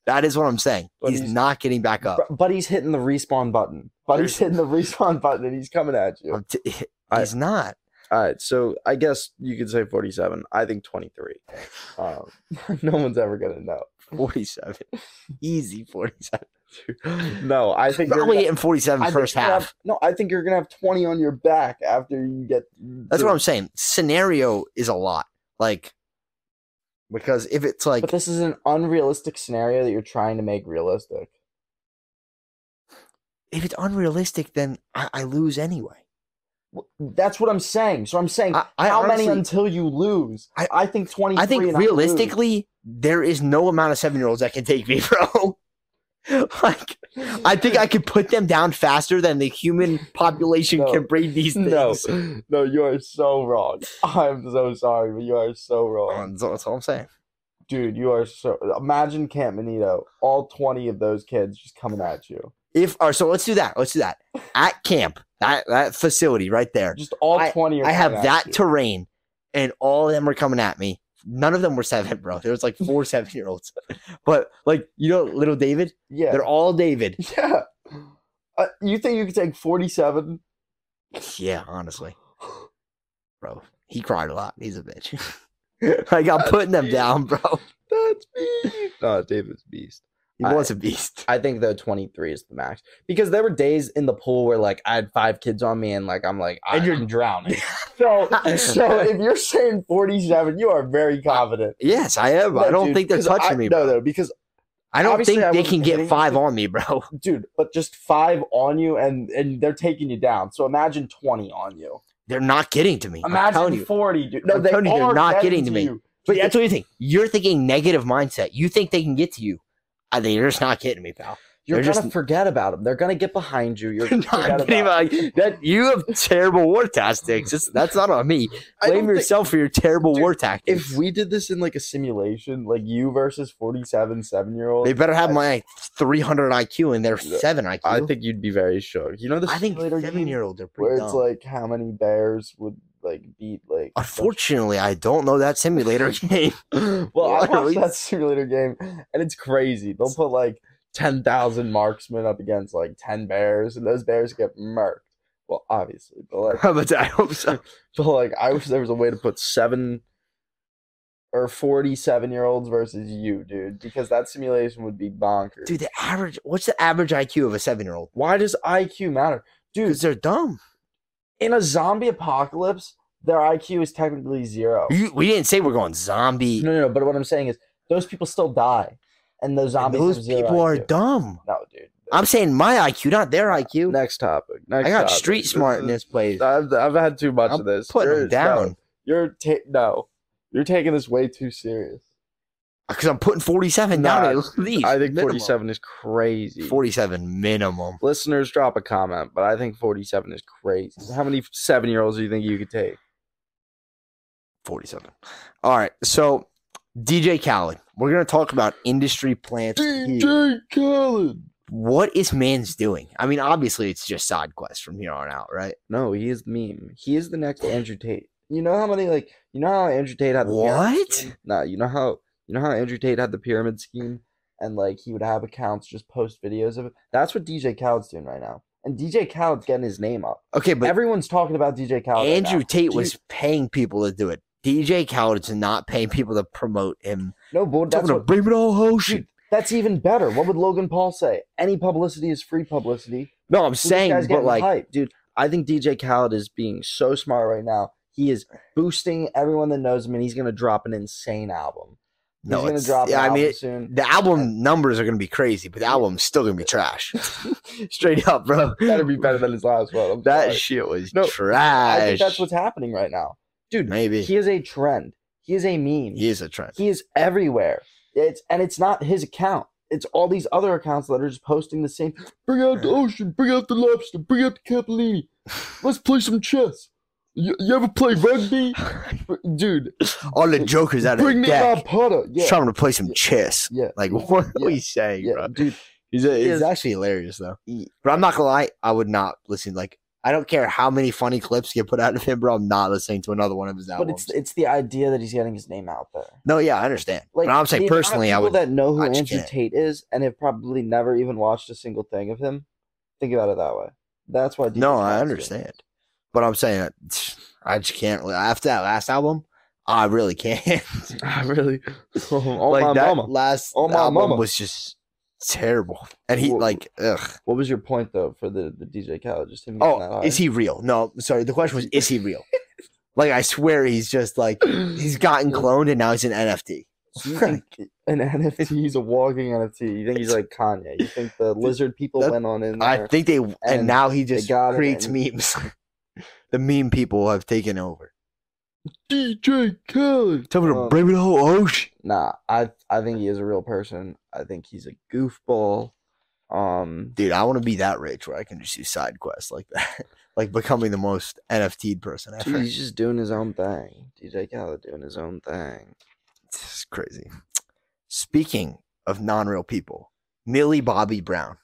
Speaker 2: That is what I'm saying.
Speaker 1: But
Speaker 2: he's,
Speaker 1: he's-
Speaker 2: not getting back up.
Speaker 1: Bro, But he's hitting the respawn button. But he's hitting the respawn button and he's coming at you.
Speaker 2: I'm t-
Speaker 1: I-
Speaker 2: he's not.
Speaker 1: All right, so I guess you could say 47. I think 23. Um, no one's ever gonna know.
Speaker 2: 47. Easy 47.
Speaker 1: No, I think you're
Speaker 2: Probably
Speaker 1: gonna-
Speaker 2: hitting 47
Speaker 1: I think
Speaker 2: first
Speaker 1: you're gonna
Speaker 2: half.
Speaker 1: have- no, I think you're gonna have 20 on your back after you get.
Speaker 2: That's
Speaker 1: through.
Speaker 2: what I'm saying. Scenario is a lot. Like, because if it's like
Speaker 1: but this is an unrealistic scenario that you're trying to make realistic.
Speaker 2: if it's unrealistic, then I, I lose anyway.
Speaker 1: W- That's what I'm saying. So I'm saying
Speaker 2: I, I
Speaker 1: how many
Speaker 2: honestly-
Speaker 1: until you lose? I,
Speaker 2: I-
Speaker 1: I think 23.
Speaker 2: I think
Speaker 1: and lose.
Speaker 2: realistically, there is no amount of seven year olds that can take me, bro. like, I think I could put them down faster than the human population
Speaker 1: No.
Speaker 2: can breed these things.
Speaker 1: no, no, you are so wrong. I'm so sorry, but you are so wrong,
Speaker 2: That's all- that's all I'm saying.
Speaker 1: dude. You are so. Imagine Camp Manito, all 20 of those kids just coming at you.
Speaker 2: If or so, let's do that. Let's do that at camp. That that facility right there.
Speaker 1: Just all 20. Are
Speaker 2: I have
Speaker 1: coming at
Speaker 2: that
Speaker 1: you.
Speaker 2: terrain, and all of them were coming at me. None of them were seven, bro. There was like four seven year olds, but like you know, little David.
Speaker 1: yeah,
Speaker 2: They're all David.
Speaker 1: yeah. Uh, you think you could take 47?
Speaker 2: Yeah, honestly, bro. He cried a lot. He's a bitch. like I'm putting them down, bro.
Speaker 1: That's me. No, David's beast.
Speaker 2: He was a beast.
Speaker 1: I think though 23 is the max because there were days in the pool where like I had five kids on me and like I'm like I,
Speaker 2: And you're-
Speaker 1: am drowning. so so if you're saying 47, you are very confident.
Speaker 2: Yes, I am. I
Speaker 1: No,
Speaker 2: don't
Speaker 1: dude,
Speaker 2: think they're
Speaker 1: 'cause I-
Speaker 2: touching me.
Speaker 1: No,
Speaker 2: Bro.
Speaker 1: no, because
Speaker 2: I don't
Speaker 1: obviously
Speaker 2: think
Speaker 1: I
Speaker 2: they
Speaker 1: wasn't
Speaker 2: can
Speaker 1: hitting
Speaker 2: get
Speaker 1: you.
Speaker 2: five on me, bro.
Speaker 1: dude, but just five on you and and they're taking you down. So imagine 20 on you.
Speaker 2: They're not getting to me. I'm telling
Speaker 1: Imagine
Speaker 2: you.
Speaker 1: 40, dude. No,
Speaker 2: I'm
Speaker 1: they
Speaker 2: telling you, they're
Speaker 1: are
Speaker 2: not
Speaker 1: getting
Speaker 2: getting to me.
Speaker 1: you.
Speaker 2: But that's what you think. You're thinking negative mindset. You think they can get to you. I think they're just not getting me, pal.
Speaker 1: You're
Speaker 2: They're
Speaker 1: gonna
Speaker 2: just-
Speaker 1: forget about them. They're gonna get behind you. You're
Speaker 2: They're
Speaker 1: gonna
Speaker 2: not
Speaker 1: forget
Speaker 2: getting
Speaker 1: about 'em.
Speaker 2: me. That you have terrible war tactics. It's, that's not on me.
Speaker 1: I
Speaker 2: Blame
Speaker 1: don't think-
Speaker 2: yourself for your terrible
Speaker 1: Dude,
Speaker 2: war tactics.
Speaker 1: if we did this in like a simulation, like you versus 47 seven year old,
Speaker 2: they better have my 300 IQ and their
Speaker 1: Yeah,
Speaker 2: seven IQ.
Speaker 1: I think you'd be very shook. You know the
Speaker 2: I think
Speaker 1: simulator
Speaker 2: seven
Speaker 1: game
Speaker 2: year olds are pretty
Speaker 1: where
Speaker 2: dumb.
Speaker 1: it's like how many bears would like beat like. a bunch-
Speaker 2: Unfortunately, I don't know that simulator game.
Speaker 1: well, I
Speaker 2: Literally.
Speaker 1: watched that simulator game, and it's crazy. They'll put like ten thousand marksmen up against like ten bears, and those bears get murked. Well, obviously, but like,
Speaker 2: but I hope so.
Speaker 1: but like, I wish there was a way to put seven or forty-seven year olds versus you, dude, because that simulation would be bonkers.
Speaker 2: Dude, the average, what's the average IQ of a seven year old?
Speaker 1: Why does IQ matter, dude?
Speaker 2: Because they're dumb.
Speaker 1: in a zombie apocalypse, their IQ is technically zero.
Speaker 2: You, we didn't say we're going zombie.
Speaker 1: No, no, no. But what I'm saying is, those people still die, and those zombies.
Speaker 2: Those
Speaker 1: have zero
Speaker 2: people are
Speaker 1: IQ.
Speaker 2: dumb.
Speaker 1: No, dude.
Speaker 2: I'm saying my IQ, not their IQ.
Speaker 1: Next topic. Next
Speaker 2: I got
Speaker 1: topic.
Speaker 2: street
Speaker 1: This
Speaker 2: smart in
Speaker 1: is-
Speaker 2: this place.
Speaker 1: I've, I've had too much
Speaker 2: I'm
Speaker 1: of this.
Speaker 2: putting 'em
Speaker 1: You're-
Speaker 2: down.
Speaker 1: No, you're ta- no, you're taking this way too serious.
Speaker 2: Because I'm putting 47 down
Speaker 1: Nah,
Speaker 2: at least.
Speaker 1: I think
Speaker 2: minimum.
Speaker 1: 47 is crazy.
Speaker 2: 47 minimum.
Speaker 1: Listeners, drop a comment, but I think 47 is crazy. How many seven year olds do you think you could take?
Speaker 2: 47. All right. So, DJ Khaled, we're going to talk about industry plants. here.
Speaker 1: Khaled.
Speaker 2: What is man's doing? I mean, obviously, it's just side quests from here on out, right?
Speaker 1: No, he is the meme. He is the next Andrew Tate. You know how many like you know how Andrew Tate had the pyramid
Speaker 2: What?
Speaker 1: scheme? Nah, you know how you know how Andrew Tate had the pyramid scheme and like he would have accounts just post videos of it. That's what DJ Khaled's doing right now. And DJ Khaled's getting his name up.
Speaker 2: Okay, but
Speaker 1: Everyone's talking about DJ Khaled. right now.
Speaker 2: Andrew Tate
Speaker 1: Do you-
Speaker 2: was paying people to do it. DJ Khaled is not paying people to promote him.
Speaker 1: No, but
Speaker 2: That's
Speaker 1: that's,
Speaker 2: going to
Speaker 1: what-
Speaker 2: bring it all oh, ocean.
Speaker 1: that's even better. What would Logan Paul say? Any publicity is free publicity.
Speaker 2: No, I'm
Speaker 1: So this
Speaker 2: saying,
Speaker 1: guy's
Speaker 2: but
Speaker 1: getting
Speaker 2: like,
Speaker 1: hype. dude, I think DJ Khaled is being so smart right now. He is boosting everyone that knows him, and he's gonna drop an insane album. He's
Speaker 2: no,
Speaker 1: gonna
Speaker 2: it's,
Speaker 1: drop.
Speaker 2: yeah,
Speaker 1: an
Speaker 2: I mean,
Speaker 1: album
Speaker 2: it-
Speaker 1: soon.
Speaker 2: the album numbers are going to be crazy, but the album's still going to be trash. Straight up, bro.
Speaker 1: Better be better than his last one. I'm
Speaker 2: That
Speaker 1: sorry.
Speaker 2: shit was
Speaker 1: No,
Speaker 2: trash.
Speaker 1: I think that's what's happening right now, dude.
Speaker 2: Maybe he,
Speaker 1: He is a trend. He is a meme.
Speaker 2: is a trend.
Speaker 1: He is everywhere. It's and it's not his account. It's all these other accounts that are just posting the same. Bring out the ocean. Bring out the lobster. Bring out the capellini. Let's play some chess. You, you ever play rugby, dude?
Speaker 2: All the jokers out of
Speaker 1: Bring
Speaker 2: the
Speaker 1: me my
Speaker 2: deck.
Speaker 1: putter. Yeah,
Speaker 2: Trying to play some
Speaker 1: Yeah.
Speaker 2: chess.
Speaker 1: yeah,
Speaker 2: Like what
Speaker 1: Yeah.
Speaker 2: are you saying,
Speaker 1: yeah,
Speaker 2: bro?
Speaker 1: dude.
Speaker 2: He's, a,
Speaker 1: Yes.
Speaker 2: he's actually hilarious though.
Speaker 1: Ye-
Speaker 2: But I'm not gonna lie, I would not listen. Like I don't care how many funny clips get put out of him, bro. I'm not listening to another one of his
Speaker 1: But
Speaker 2: albums.
Speaker 1: it's it's the idea that he's getting his name out there.
Speaker 2: no, yeah, I understand. but
Speaker 1: the
Speaker 2: I'm saying
Speaker 1: amount of
Speaker 2: personally, I
Speaker 1: people
Speaker 2: would.
Speaker 1: that know who
Speaker 2: I just
Speaker 1: Andrew
Speaker 2: can't.
Speaker 1: Tate is and have probably never even watched a single thing of him. Think about it that way. That's why. DJ
Speaker 2: no, I
Speaker 1: Khaled's
Speaker 2: understand. But I'm saying that I just can't. li- After that last album, I really can't.
Speaker 1: doing it. I Ah, really. Oh
Speaker 2: like
Speaker 1: my
Speaker 2: that
Speaker 1: mama.
Speaker 2: last
Speaker 1: Oh, my
Speaker 2: album
Speaker 1: mama.
Speaker 2: was just terrible, and he
Speaker 1: Wha-
Speaker 2: like ugh.
Speaker 1: What was your point though for the, the DJ Khaled? Just him. getting that
Speaker 2: Oh, is
Speaker 1: high?
Speaker 2: he real? No, sorry. The question was, is he real? Like I swear he's just like he's gotten cloned and now he's an NFT.
Speaker 1: You think an NFT? He's a walking NFT. You think he's like Kanye? You think the lizard people
Speaker 2: That-
Speaker 1: went on in there?
Speaker 2: I think they and,
Speaker 1: And
Speaker 2: now he just
Speaker 1: got it
Speaker 2: creates
Speaker 1: and-
Speaker 2: memes. the meme people have taken over.
Speaker 1: DJ Khaled.
Speaker 2: Tell me to
Speaker 1: Um,
Speaker 2: bring me the whole ocean.
Speaker 1: Nah, I I think he is a real person. I think he's a goofball. Um,
Speaker 2: Dude, I want to be that rich where I can just do side quests like that. like becoming the most NFT'd person
Speaker 1: dude,
Speaker 2: ever.
Speaker 1: he's just doing his own thing. DJ Khaled doing his own thing.
Speaker 2: It's crazy. Speaking of non real people, Millie Bobby Brown,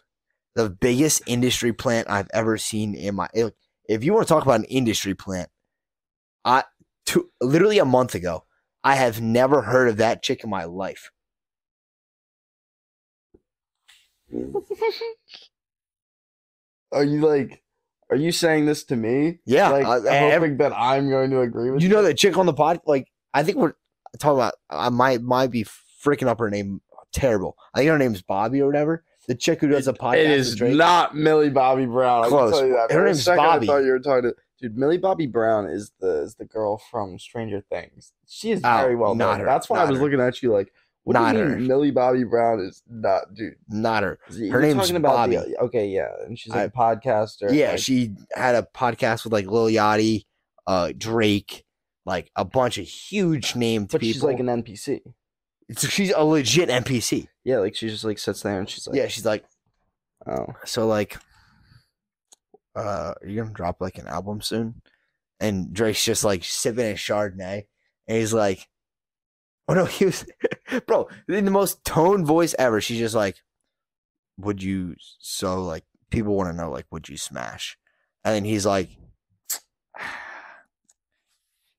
Speaker 2: the biggest industry plant I've ever seen in my. If if you want to talk about an industry plant, I two, literally a month ago, I have never heard of that chick in my life.
Speaker 1: Are you like? Are you saying this to me?
Speaker 2: Yeah,
Speaker 1: like
Speaker 2: I- I
Speaker 1: hoping
Speaker 2: ever-
Speaker 1: that I'm going to agree with
Speaker 2: you
Speaker 1: you.
Speaker 2: know that chick on the pod. Like I think we're talking about. I might might be freaking up her name. Terrible. I think her name's Bobby or whatever. The chick who does a podcast.
Speaker 1: It
Speaker 2: with
Speaker 1: is
Speaker 2: Drake.
Speaker 1: not Millie Bobby Brown. I can
Speaker 2: Close.
Speaker 1: tell you that.
Speaker 2: Her
Speaker 1: For a
Speaker 2: name's
Speaker 1: second, I
Speaker 2: Bobby.
Speaker 1: thought you were talking to dude. Millie Bobby Brown is the is the girl from Stranger Things. She is
Speaker 2: Oh,
Speaker 1: very well
Speaker 2: not
Speaker 1: known.
Speaker 2: her,
Speaker 1: That's why I
Speaker 2: not
Speaker 1: was
Speaker 2: her.
Speaker 1: looking at you like, what do
Speaker 2: Not
Speaker 1: you mean
Speaker 2: her.
Speaker 1: Millie Bobby Brown is not dude?
Speaker 2: not her.
Speaker 1: You're
Speaker 2: name's
Speaker 1: talking about the-
Speaker 2: Bobby.
Speaker 1: okay, yeah, and she's like
Speaker 2: I-
Speaker 1: a podcaster.
Speaker 2: Yeah,
Speaker 1: like,
Speaker 2: she had a podcast with like Lil Yachty, uh, Drake, like a bunch of huge named
Speaker 1: Uh, but
Speaker 2: people.
Speaker 1: she's like an NPC.
Speaker 2: It's- she's a legit NPC.
Speaker 1: Yeah, like she just like sits there and she's like,
Speaker 2: yeah, she's like
Speaker 1: oh,
Speaker 2: so like. Uh, are you gonna drop like an album soon? And Drake's just like sipping his Chardonnay, and he's like, "Oh no, he was, bro, in the most tone voice ever." She's just like, "Would you?" So like, people want to know like, "Would you smash?" And then he's like,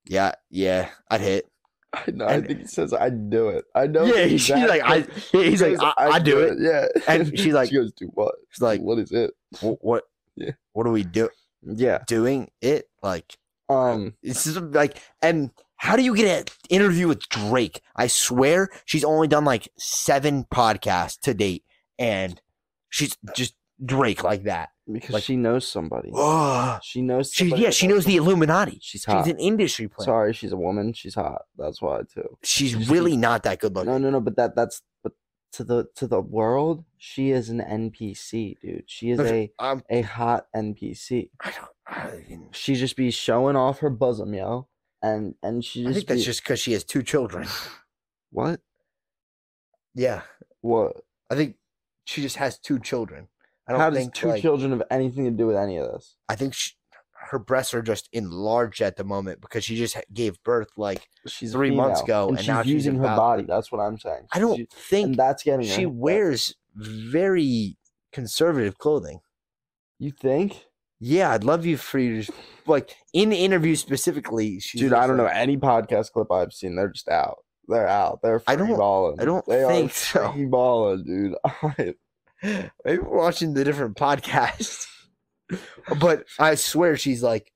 Speaker 2: "Yeah, yeah, I'd hit."
Speaker 1: I know. I
Speaker 2: And-
Speaker 1: think he says I do it. I know.
Speaker 2: Yeah,
Speaker 1: the
Speaker 2: she's
Speaker 1: exact
Speaker 2: like, I-
Speaker 1: thing.
Speaker 2: he's
Speaker 1: She
Speaker 2: like,
Speaker 1: goes,
Speaker 2: "I- I do it."
Speaker 1: Yeah,
Speaker 2: And she's like-
Speaker 1: she goes, do what?
Speaker 2: She's like,
Speaker 1: what is it?
Speaker 2: "Wh- "What?
Speaker 1: Yeah.
Speaker 2: What are we do
Speaker 1: Yeah.
Speaker 2: doing it like?"
Speaker 1: Um.
Speaker 2: It's just like, and how do you get an interview with Drake? I swear she's only done like seven podcasts to date, and she's just Drake like that.
Speaker 1: because
Speaker 2: Like-
Speaker 1: she knows somebody.
Speaker 2: Oh,
Speaker 1: She knows.
Speaker 2: she
Speaker 1: somebody
Speaker 2: yeah, she
Speaker 1: that-
Speaker 2: knows the Illuminati.
Speaker 1: She's hot.
Speaker 2: She's an industry player.
Speaker 1: Sorry, she's a woman. She's hot. That's why too.
Speaker 2: She's really not that good looking.
Speaker 1: No, no, no. But that that's but to the to the world, she is an NPC, dude. She is a
Speaker 2: Okay, um,
Speaker 1: a hot NPC.
Speaker 2: I don't. I, don't even,
Speaker 1: She just be showing off her bosom, yo, and and she
Speaker 2: I
Speaker 1: just
Speaker 2: think that's
Speaker 1: be-
Speaker 2: just because she has two children.
Speaker 1: what
Speaker 2: Yeah,
Speaker 1: what.
Speaker 2: I think she just has two children. I don't
Speaker 1: How does
Speaker 2: think
Speaker 1: two
Speaker 2: like-
Speaker 1: children have anything to do with any of this?
Speaker 2: I think she, her breasts are just enlarged at the moment because she just gave birth like
Speaker 1: She's a
Speaker 2: three months
Speaker 1: female,
Speaker 2: ago,
Speaker 1: and,
Speaker 2: and
Speaker 1: she's
Speaker 2: now she's
Speaker 1: using her
Speaker 2: about-
Speaker 1: body. That's what I'm saying.
Speaker 2: I don't
Speaker 1: She- and
Speaker 2: think
Speaker 1: that's getting her
Speaker 2: she
Speaker 1: hit, but-
Speaker 2: wears very conservative clothing.
Speaker 1: You think?
Speaker 2: Yeah, I'd love you for you to like in interviews specifically. She's
Speaker 1: Dude, I
Speaker 2: just
Speaker 1: don't know
Speaker 2: like,
Speaker 1: any podcast clip I've seen. They're just out. They're out. They're
Speaker 2: I don't-
Speaker 1: free balling.
Speaker 2: I don't
Speaker 1: they
Speaker 2: think
Speaker 1: are
Speaker 2: so.
Speaker 1: free balling, dude. I-
Speaker 2: Maybe we're watching the different podcasts, but I swear she's like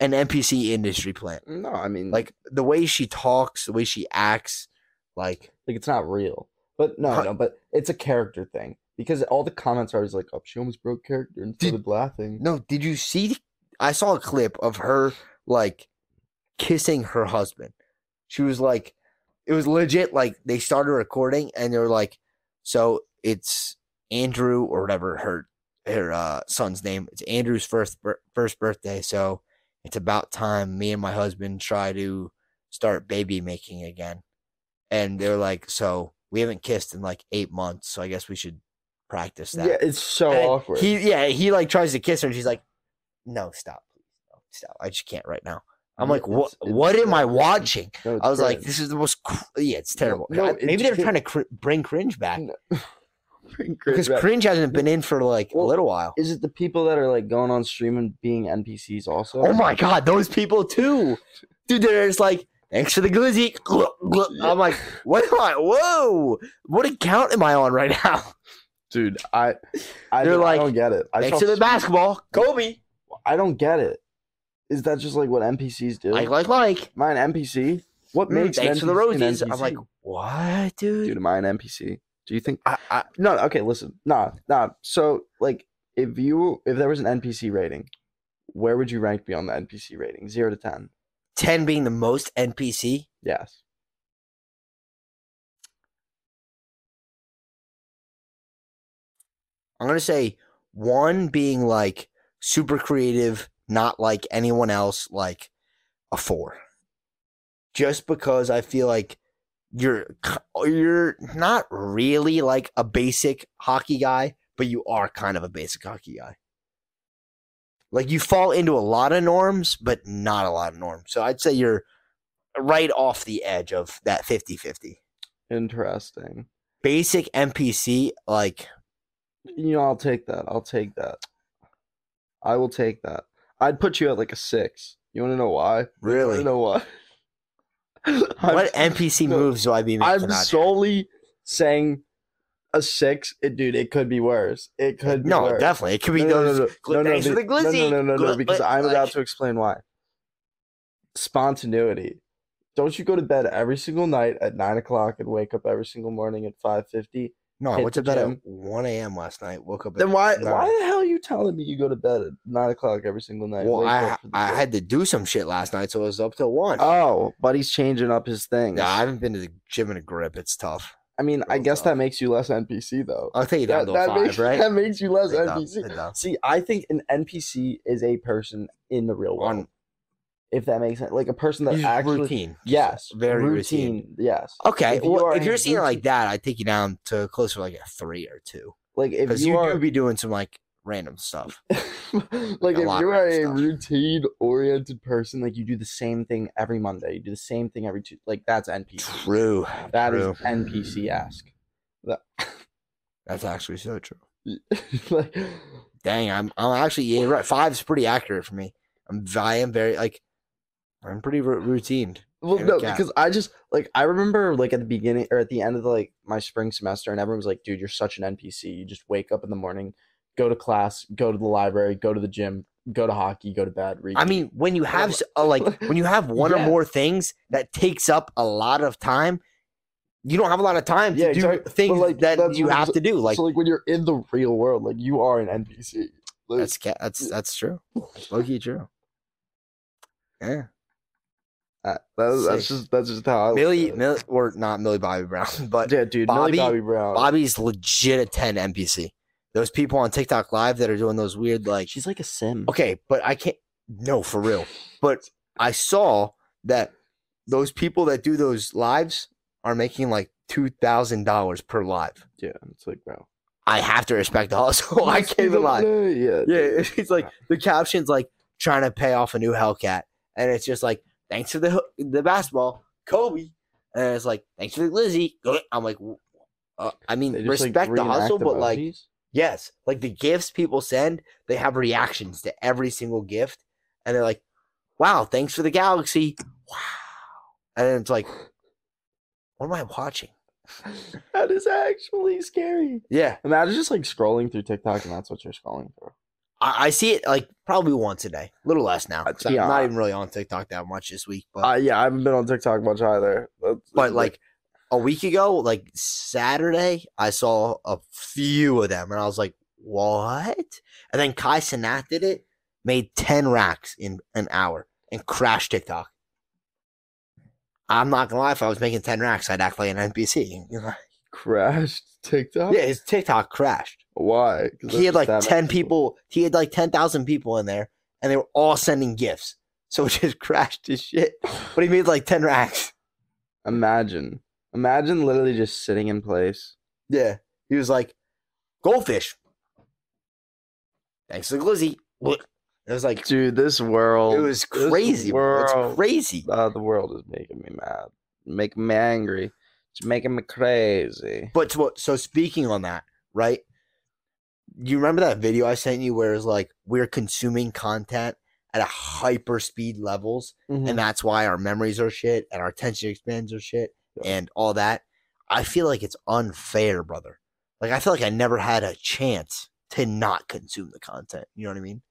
Speaker 2: an NPC industry plant.
Speaker 1: no, I mean, like,
Speaker 2: Like the way she talks, the way she acts, like
Speaker 1: like it's not real. But no,
Speaker 2: Huh.
Speaker 1: no, but it's a character thing because all the comments are always like, "Oh, she almost broke character and
Speaker 2: Did-
Speaker 1: started laughing."
Speaker 2: No, did you see? I saw a clip of her like kissing her husband. She was like, it was legit. Like they started recording and they were like, so it's Andrew or whatever her her uh, son's name. It's Andrew's first bir- first birthday, so it's about time me and my husband try to start baby making again. And they're like, so we haven't kissed in like eight months, so I guess we should practice that.
Speaker 1: yeah, it's so
Speaker 2: And
Speaker 1: awkward.
Speaker 2: He yeah, he like tries to kiss her and she's like, No, stop, please, no, stop. I just can't right now. I'm
Speaker 1: Yeah,
Speaker 2: like, what?
Speaker 1: it's- it's
Speaker 2: What am I
Speaker 1: cringe.
Speaker 2: watching?
Speaker 1: No, it's
Speaker 2: I was like,
Speaker 1: cringe.
Speaker 2: this is the most. Cr- yeah, it's
Speaker 1: No,
Speaker 2: terrible.
Speaker 1: no,
Speaker 2: I-
Speaker 1: it's
Speaker 2: Maybe they're
Speaker 1: cr-
Speaker 2: trying to cr- bring cringe back
Speaker 1: No, Bring cringe
Speaker 2: because
Speaker 1: back.
Speaker 2: cringe hasn't been in for like
Speaker 1: Well,
Speaker 2: a little while.
Speaker 1: is it the people that are like going on stream and being NPCs also?
Speaker 2: Oh my god, those people too, dude. They're just like, thanks for the glizzy. I'm like, what am I? Whoa, what account am I on right now?
Speaker 1: dude, I, I,
Speaker 2: They're
Speaker 1: don't-
Speaker 2: like,
Speaker 1: I don't get it. I
Speaker 2: Thanks
Speaker 1: saw
Speaker 2: to the
Speaker 1: s-
Speaker 2: basketball, Kobe.
Speaker 1: I don't get it. Is that just like what NPCs do?
Speaker 2: Like, like, like.
Speaker 1: Am I an NPC? What
Speaker 2: Mm,
Speaker 1: makes an
Speaker 2: Thanks for the
Speaker 1: NPC an
Speaker 2: roses. I'm like,
Speaker 1: NPC?
Speaker 2: what,
Speaker 1: dude, am I an NPC? Do you think?
Speaker 2: I, I,
Speaker 1: No, okay, listen, nah, nah. So, like, if you if there was an NPC rating, where would you rank me on the NPC rating? Zero to ten.
Speaker 2: 10 being the most NPC.
Speaker 1: Yes.
Speaker 2: I'm going to say one being like super creative, not like anyone else, like a four. Just because I feel like you're you're not really like a basic hockey guy, but you are kind of a basic hockey guy. Like you fall into a lot of norms, but not a lot of norms. So I'd say you're right off the edge of that 50-50.
Speaker 1: Interesting.
Speaker 2: Basic NPC like
Speaker 1: You know, I'll take that. I'll take that. I will take that. I'd put you at like a six. You want to know why? You want
Speaker 2: really
Speaker 1: to know why? I'm-
Speaker 2: what NPC
Speaker 1: no,
Speaker 2: moves do I be making
Speaker 1: I'm
Speaker 2: out here?
Speaker 1: solely saying a six. It, dude, it could be worse. It could be
Speaker 2: No,
Speaker 1: worse.
Speaker 2: definitely. It could be
Speaker 1: no, no, no,
Speaker 2: those.
Speaker 1: no,
Speaker 2: gl-
Speaker 1: no, no,
Speaker 2: thanks
Speaker 1: be-
Speaker 2: for the
Speaker 1: no,
Speaker 2: glizzy.
Speaker 1: no, no, no, no,
Speaker 2: Gl-
Speaker 1: because
Speaker 2: but,
Speaker 1: I'm about
Speaker 2: like,
Speaker 1: to explain why. Spontaneity. Don't you go to bed every single night at nine o'clock and wake up every single morning at five fifty?
Speaker 2: No, I
Speaker 1: hit
Speaker 2: went
Speaker 1: the
Speaker 2: to bed at
Speaker 1: gym.
Speaker 2: 1 a.m. last night. Woke up. At,
Speaker 1: Then why
Speaker 2: No.
Speaker 1: why the hell are you telling me you go to bed at nine o'clock every single night? and
Speaker 2: well,
Speaker 1: wake
Speaker 2: I
Speaker 1: up for the
Speaker 2: I
Speaker 1: gym?
Speaker 2: had to do some shit last night, so I was up till one.
Speaker 1: Oh, buddy's changing up his thing.
Speaker 2: Nah, I haven't been to the gym in a grip. It's tough.
Speaker 1: I mean, I
Speaker 2: real
Speaker 1: guess
Speaker 2: tough.
Speaker 1: that makes you less NPC though.
Speaker 2: I'll take you down to a five,
Speaker 1: makes,
Speaker 2: right?
Speaker 1: that makes you less
Speaker 2: Sit down,
Speaker 1: NPC.
Speaker 2: sit down.
Speaker 1: See, I think an NPC is a person in the real world,
Speaker 2: One
Speaker 1: if that makes sense. Like a person that
Speaker 2: He's
Speaker 1: actually
Speaker 2: routine.
Speaker 1: Yes,
Speaker 2: Very routine.
Speaker 1: Yes.
Speaker 2: Okay,
Speaker 1: If you
Speaker 2: well,
Speaker 1: are
Speaker 2: if
Speaker 1: a
Speaker 2: you're seeing it like
Speaker 1: routine-
Speaker 2: that, I'd take you down to closer to like a three or two
Speaker 1: Like if
Speaker 2: because
Speaker 1: you,
Speaker 2: you,
Speaker 1: are
Speaker 2: do be doing some like random stuff.
Speaker 1: like
Speaker 2: a
Speaker 1: if
Speaker 2: lot
Speaker 1: you
Speaker 2: of
Speaker 1: are a
Speaker 2: stuff.
Speaker 1: routine oriented person, like you do the same thing every Monday, you do the same thing every two. Like that's NPC.
Speaker 2: True.
Speaker 1: That is
Speaker 2: true.
Speaker 1: NPC esque.
Speaker 2: That's actually so true.
Speaker 1: like
Speaker 2: Dang, I'm I'm actually yeah, you're right. Five's pretty accurate for me. I'm I am very like I'm pretty ru- routine.
Speaker 1: well
Speaker 2: Yeah,
Speaker 1: no
Speaker 2: yeah.
Speaker 1: because I just like I remember like at the beginning or at the end of the, like my spring semester and everyone was like dude you're such an NPC you just wake up in the morning go to class go to the library go to the gym go to hockey go to bed read
Speaker 2: I mean, when you have s- uh, like when you have one or
Speaker 1: Yeah.
Speaker 2: more things that takes up a lot of time, you don't have a lot of time to
Speaker 1: Yeah,
Speaker 2: do
Speaker 1: exactly. But,
Speaker 2: things
Speaker 1: like,
Speaker 2: that
Speaker 1: that's
Speaker 2: you
Speaker 1: what I'm
Speaker 2: have
Speaker 1: sa-
Speaker 2: to do. Like,
Speaker 1: so like when you're in the real world, like you are an NPC. Like,
Speaker 2: that's ca- that's that's true. Loki true. Yeah,
Speaker 1: uh, that- that's
Speaker 2: sick.
Speaker 1: just that's just how I look
Speaker 2: Millie,
Speaker 1: at it.
Speaker 2: Millie, or not Millie Bobby Brown, but
Speaker 1: yeah, dude,
Speaker 2: Bobby-
Speaker 1: Millie Bobby Brown.
Speaker 2: Bobby's legit a ten NPC. Those people on TikTok Live that are doing those weird like
Speaker 1: she's like a sim.
Speaker 2: Okay, but I can't. No, for real. But I saw that those people that do those lives are making like two thousand dollars per live.
Speaker 1: Yeah, it's like bro.
Speaker 2: I have to respect the hustle. I
Speaker 1: She's
Speaker 2: can't even
Speaker 1: a
Speaker 2: lie.
Speaker 1: player, Yeah,
Speaker 2: Yeah,
Speaker 1: dude.
Speaker 2: it's like the captions like trying to pay off a new Hellcat, and it's just like thanks for the ho- the basketball, Kobe, and it's like thanks for the Lizzie. I'm like, w- uh, I mean,
Speaker 1: They just, like,
Speaker 2: respect the
Speaker 1: reenact
Speaker 2: hustle, but like
Speaker 1: emojis.
Speaker 2: Yes, like the gifts people send, they have reactions to every single gift, and they're like, "Wow, thanks for the galaxy." Wow, and then it's like, "What am I watching?"
Speaker 1: that is actually scary.
Speaker 2: Yeah,
Speaker 1: Imagine just like scrolling through TikTok and that's what you're scrolling through.
Speaker 2: I, I see it like probably once a day, a little less now.
Speaker 1: Uh,
Speaker 2: 'cause I'm
Speaker 1: yeah.
Speaker 2: not even really on TikTok that much this week, but
Speaker 1: Uh, yeah, I haven't been on TikTok much either. That's-
Speaker 2: but like a week ago, like Saturday, I saw a few of them, and I was like, "What?" And then Kai Sinat did it, made ten racks in an hour, and crashed TikTok. I'm not gonna lie, if I was making ten racks, I'd act like an NPC. You know?
Speaker 1: crashed TikTok.
Speaker 2: Yeah, his TikTok crashed.
Speaker 1: Why? 'Cause
Speaker 2: He
Speaker 1: that's
Speaker 2: had like
Speaker 1: that
Speaker 2: ten
Speaker 1: many
Speaker 2: people. He had like ten thousand people in there, and they were all sending gifts. So it just crashed his shit. But he made like ten racks.
Speaker 1: Imagine, imagine literally just sitting in place.
Speaker 2: Yeah. He was like, goldfish. Thanks to Glizzy. What? It was like,
Speaker 1: Dude, this world.
Speaker 2: it was crazy. bro. It's
Speaker 1: world.
Speaker 2: crazy.
Speaker 1: Uh, the world is making me mad, making me angry, it's making me crazy.
Speaker 2: But to what, so speaking on that, right? You remember that video I sent you where it's like, we're consuming content at a hyper speed levels
Speaker 1: Mm-hmm.
Speaker 2: and that's why our memories are shit and our attention expands are shit and all that. I feel like it's unfair, brother. Like I feel like I never had a chance to not consume the content. You know what I mean?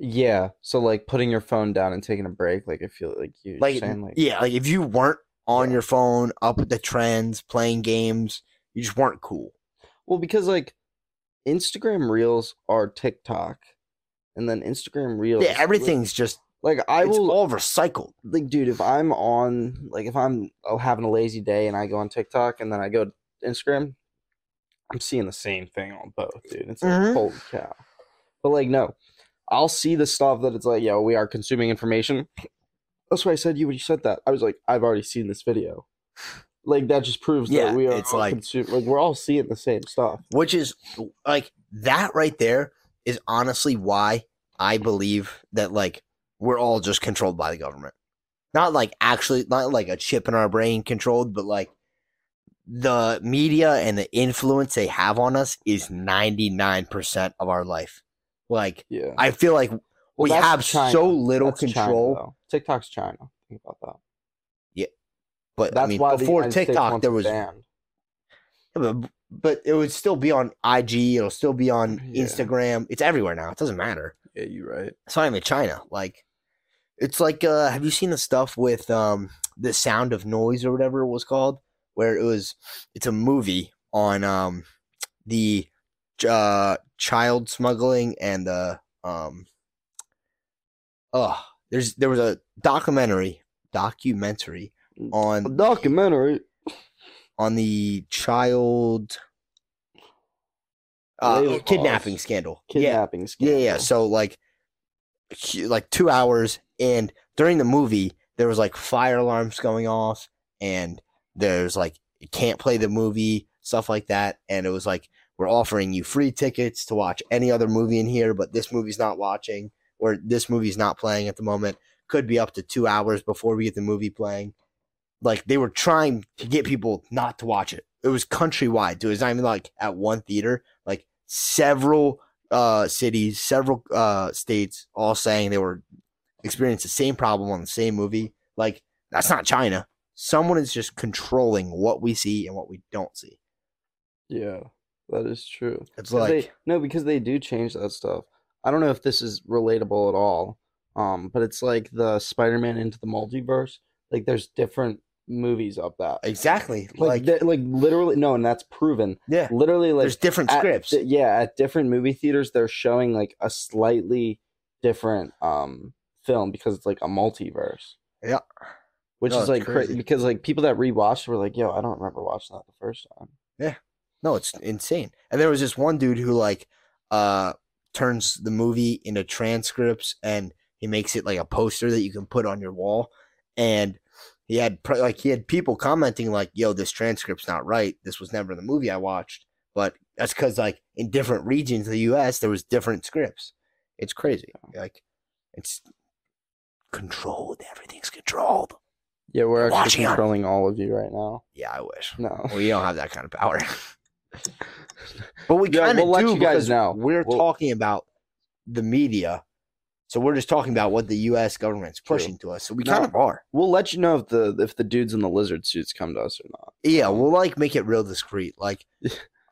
Speaker 1: yeah, so like putting your phone down and taking a break, like I feel like you
Speaker 2: Like,
Speaker 1: saying like
Speaker 2: yeah, like if you weren't on
Speaker 1: Yeah.
Speaker 2: your phone, up with the trends, playing games, you just weren't cool.
Speaker 1: well because like Instagram Reels are TikTok, and then Instagram Reels
Speaker 2: Yeah, everything's just
Speaker 1: Like I
Speaker 2: it's
Speaker 1: will
Speaker 2: all recycled.
Speaker 1: like dude, if I'm on like if I'm oh, having a lazy day and I go on TikTok and then I go to Instagram, I'm seeing the same thing on both, dude. It's like
Speaker 2: Mhm.
Speaker 1: holy cow. But like no, I'll see the stuff that it's like, yo, we are consuming information. That's why I said you when you said that. I was like, I've already seen this video. Like that just proves
Speaker 2: Yeah,
Speaker 1: that we are
Speaker 2: it's
Speaker 1: all
Speaker 2: like-
Speaker 1: consu- like we're all seeing the same stuff.
Speaker 2: which is like that right there is honestly why I believe that like we're all just controlled by the government. Not like actually not like a chip in our brain controlled, but like the media and the influence they have on us is 99% of our life. Like
Speaker 1: Yeah.
Speaker 2: I feel like we
Speaker 1: that's
Speaker 2: have
Speaker 1: China.
Speaker 2: so little
Speaker 1: That's China,
Speaker 2: control.
Speaker 1: though. TikTok's China. Think about that.
Speaker 2: but
Speaker 1: That's
Speaker 2: I mean
Speaker 1: why
Speaker 2: before
Speaker 1: the United States
Speaker 2: TikTok
Speaker 1: wants
Speaker 2: there
Speaker 1: it
Speaker 2: was
Speaker 1: banned.
Speaker 2: Yeah, but, but it would still be on IG, it'll still be on
Speaker 1: Yeah.
Speaker 2: Instagram. It's everywhere now. It doesn't matter.
Speaker 1: Yeah, you're right.
Speaker 2: it's not even China. Like, it's like, uh, have you seen the stuff with um, the Sound of Noise or whatever it was called, where it was, it's a movie on um, the uh, child smuggling and the um, oh, there's there was a documentary documentary
Speaker 1: A
Speaker 2: on
Speaker 1: documentary.
Speaker 2: on the child uh,
Speaker 1: Labor
Speaker 2: kidnapping
Speaker 1: laws.
Speaker 2: scandal. Yeah,
Speaker 1: Kidnapping
Speaker 2: yeah,
Speaker 1: scandal.
Speaker 2: yeah. So like, hu- like two hours, and during the movie, there was like fire alarms going off, and there's like you can't play the movie, stuff like that, and it was like we're offering you free tickets to watch any other movie in here, but this movie's not watching or this movie's not playing at the moment. Could be up to two hours before we get the movie playing. Like they were trying to get people not to watch it. It was countrywide, dude. It's not even like at one theater. Like several uh, cities, several uh, states, all saying they were experiencing the same problem on the same movie. Like that's not China. Someone is just controlling what we see and what we don't see.
Speaker 1: Yeah, that is true.
Speaker 2: It's
Speaker 1: 'Cause
Speaker 2: like
Speaker 1: they- no, because they do change that stuff. I don't know if this is relatable at all, um, but it's like the Spider-Man into the multiverse. Like, there's different movies of that.
Speaker 2: exactly
Speaker 1: Like,
Speaker 2: like,
Speaker 1: they're- like literally, no, and that's proven.
Speaker 2: yeah.
Speaker 1: Literally, like
Speaker 2: there's different
Speaker 1: at
Speaker 2: scripts.
Speaker 1: di- yeah, at different movie theaters, they're showing like a slightly different um film because it's like a multiverse.
Speaker 2: Yeah.
Speaker 1: Which
Speaker 2: No,
Speaker 1: is
Speaker 2: it's
Speaker 1: like crazy
Speaker 2: crazy.
Speaker 1: because like people that rewatched were like, "Yo, I don't remember watching that the first time."
Speaker 2: No, it's insane. And there was this one dude who like uh turns the movie into transcripts and he makes it like a poster that you can put on your wall. And he had pr- like he had people commenting like, "Yo, this transcript's not right. This was never the movie I watched." But that's because like in different regions of the U.S. there was different scripts. It's crazy. Like it's controlled. Everything's controlled.
Speaker 1: Yeah, we're actually
Speaker 2: Watching it.
Speaker 1: controlling all of you right now.
Speaker 2: Yeah, I wish.
Speaker 1: No.
Speaker 2: We don't have that kind of power. But we
Speaker 1: Yeah,
Speaker 2: kind of
Speaker 1: we'll let
Speaker 2: do
Speaker 1: you guys
Speaker 2: because
Speaker 1: know.
Speaker 2: we're
Speaker 1: We'll-
Speaker 2: talking about the media, so we're just talking about what the U.S. government's pushing to us. So we
Speaker 1: No.
Speaker 2: kind of are.
Speaker 1: We'll let you know if the if the dudes in the lizard suits come to us or not.
Speaker 2: Yeah, we'll like make it real discreet. Like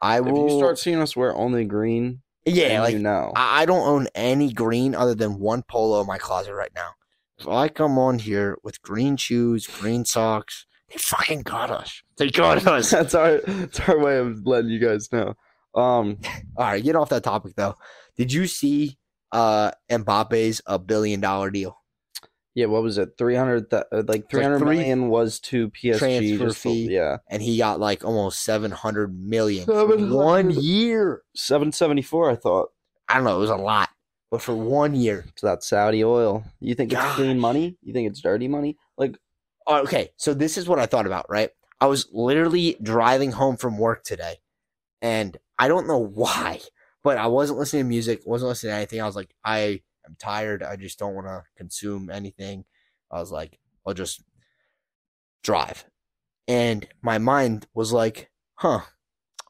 Speaker 2: I
Speaker 1: If
Speaker 2: will.
Speaker 1: you start seeing us wear only green,
Speaker 2: yeah,
Speaker 1: then
Speaker 2: like
Speaker 1: you know.
Speaker 2: I, I don't own any green other than one polo in my closet right now. If I come on here with green shoes, green socks, they fucking got us. They got us.
Speaker 1: that's our that's our way of letting you guys know. Um
Speaker 2: All right, get off that topic though. Did you see uh Mbappe's a billion dollar deal?
Speaker 1: Yeah, what was it? Three hundred, uh, like three hundred million
Speaker 2: three
Speaker 1: was to PSG.
Speaker 2: transfer
Speaker 1: just the-
Speaker 2: fee.
Speaker 1: yeah,
Speaker 2: and he got like almost 700 million for
Speaker 1: 700.
Speaker 2: one year.
Speaker 1: seven seventy four. I thought
Speaker 2: I don't know, it was a lot, but for one year.
Speaker 1: so that Saudi oil. You think it's clean
Speaker 2: Gosh.
Speaker 1: money? You think it's dirty money? Like,
Speaker 2: Oh, okay, so this is what I thought about, right? I was literally driving home from work today, and I don't know why, but I wasn't listening to music, wasn't listening to anything. I was like, I am tired. I just don't want to consume anything. I was like, I'll just drive. And my mind was like, huh,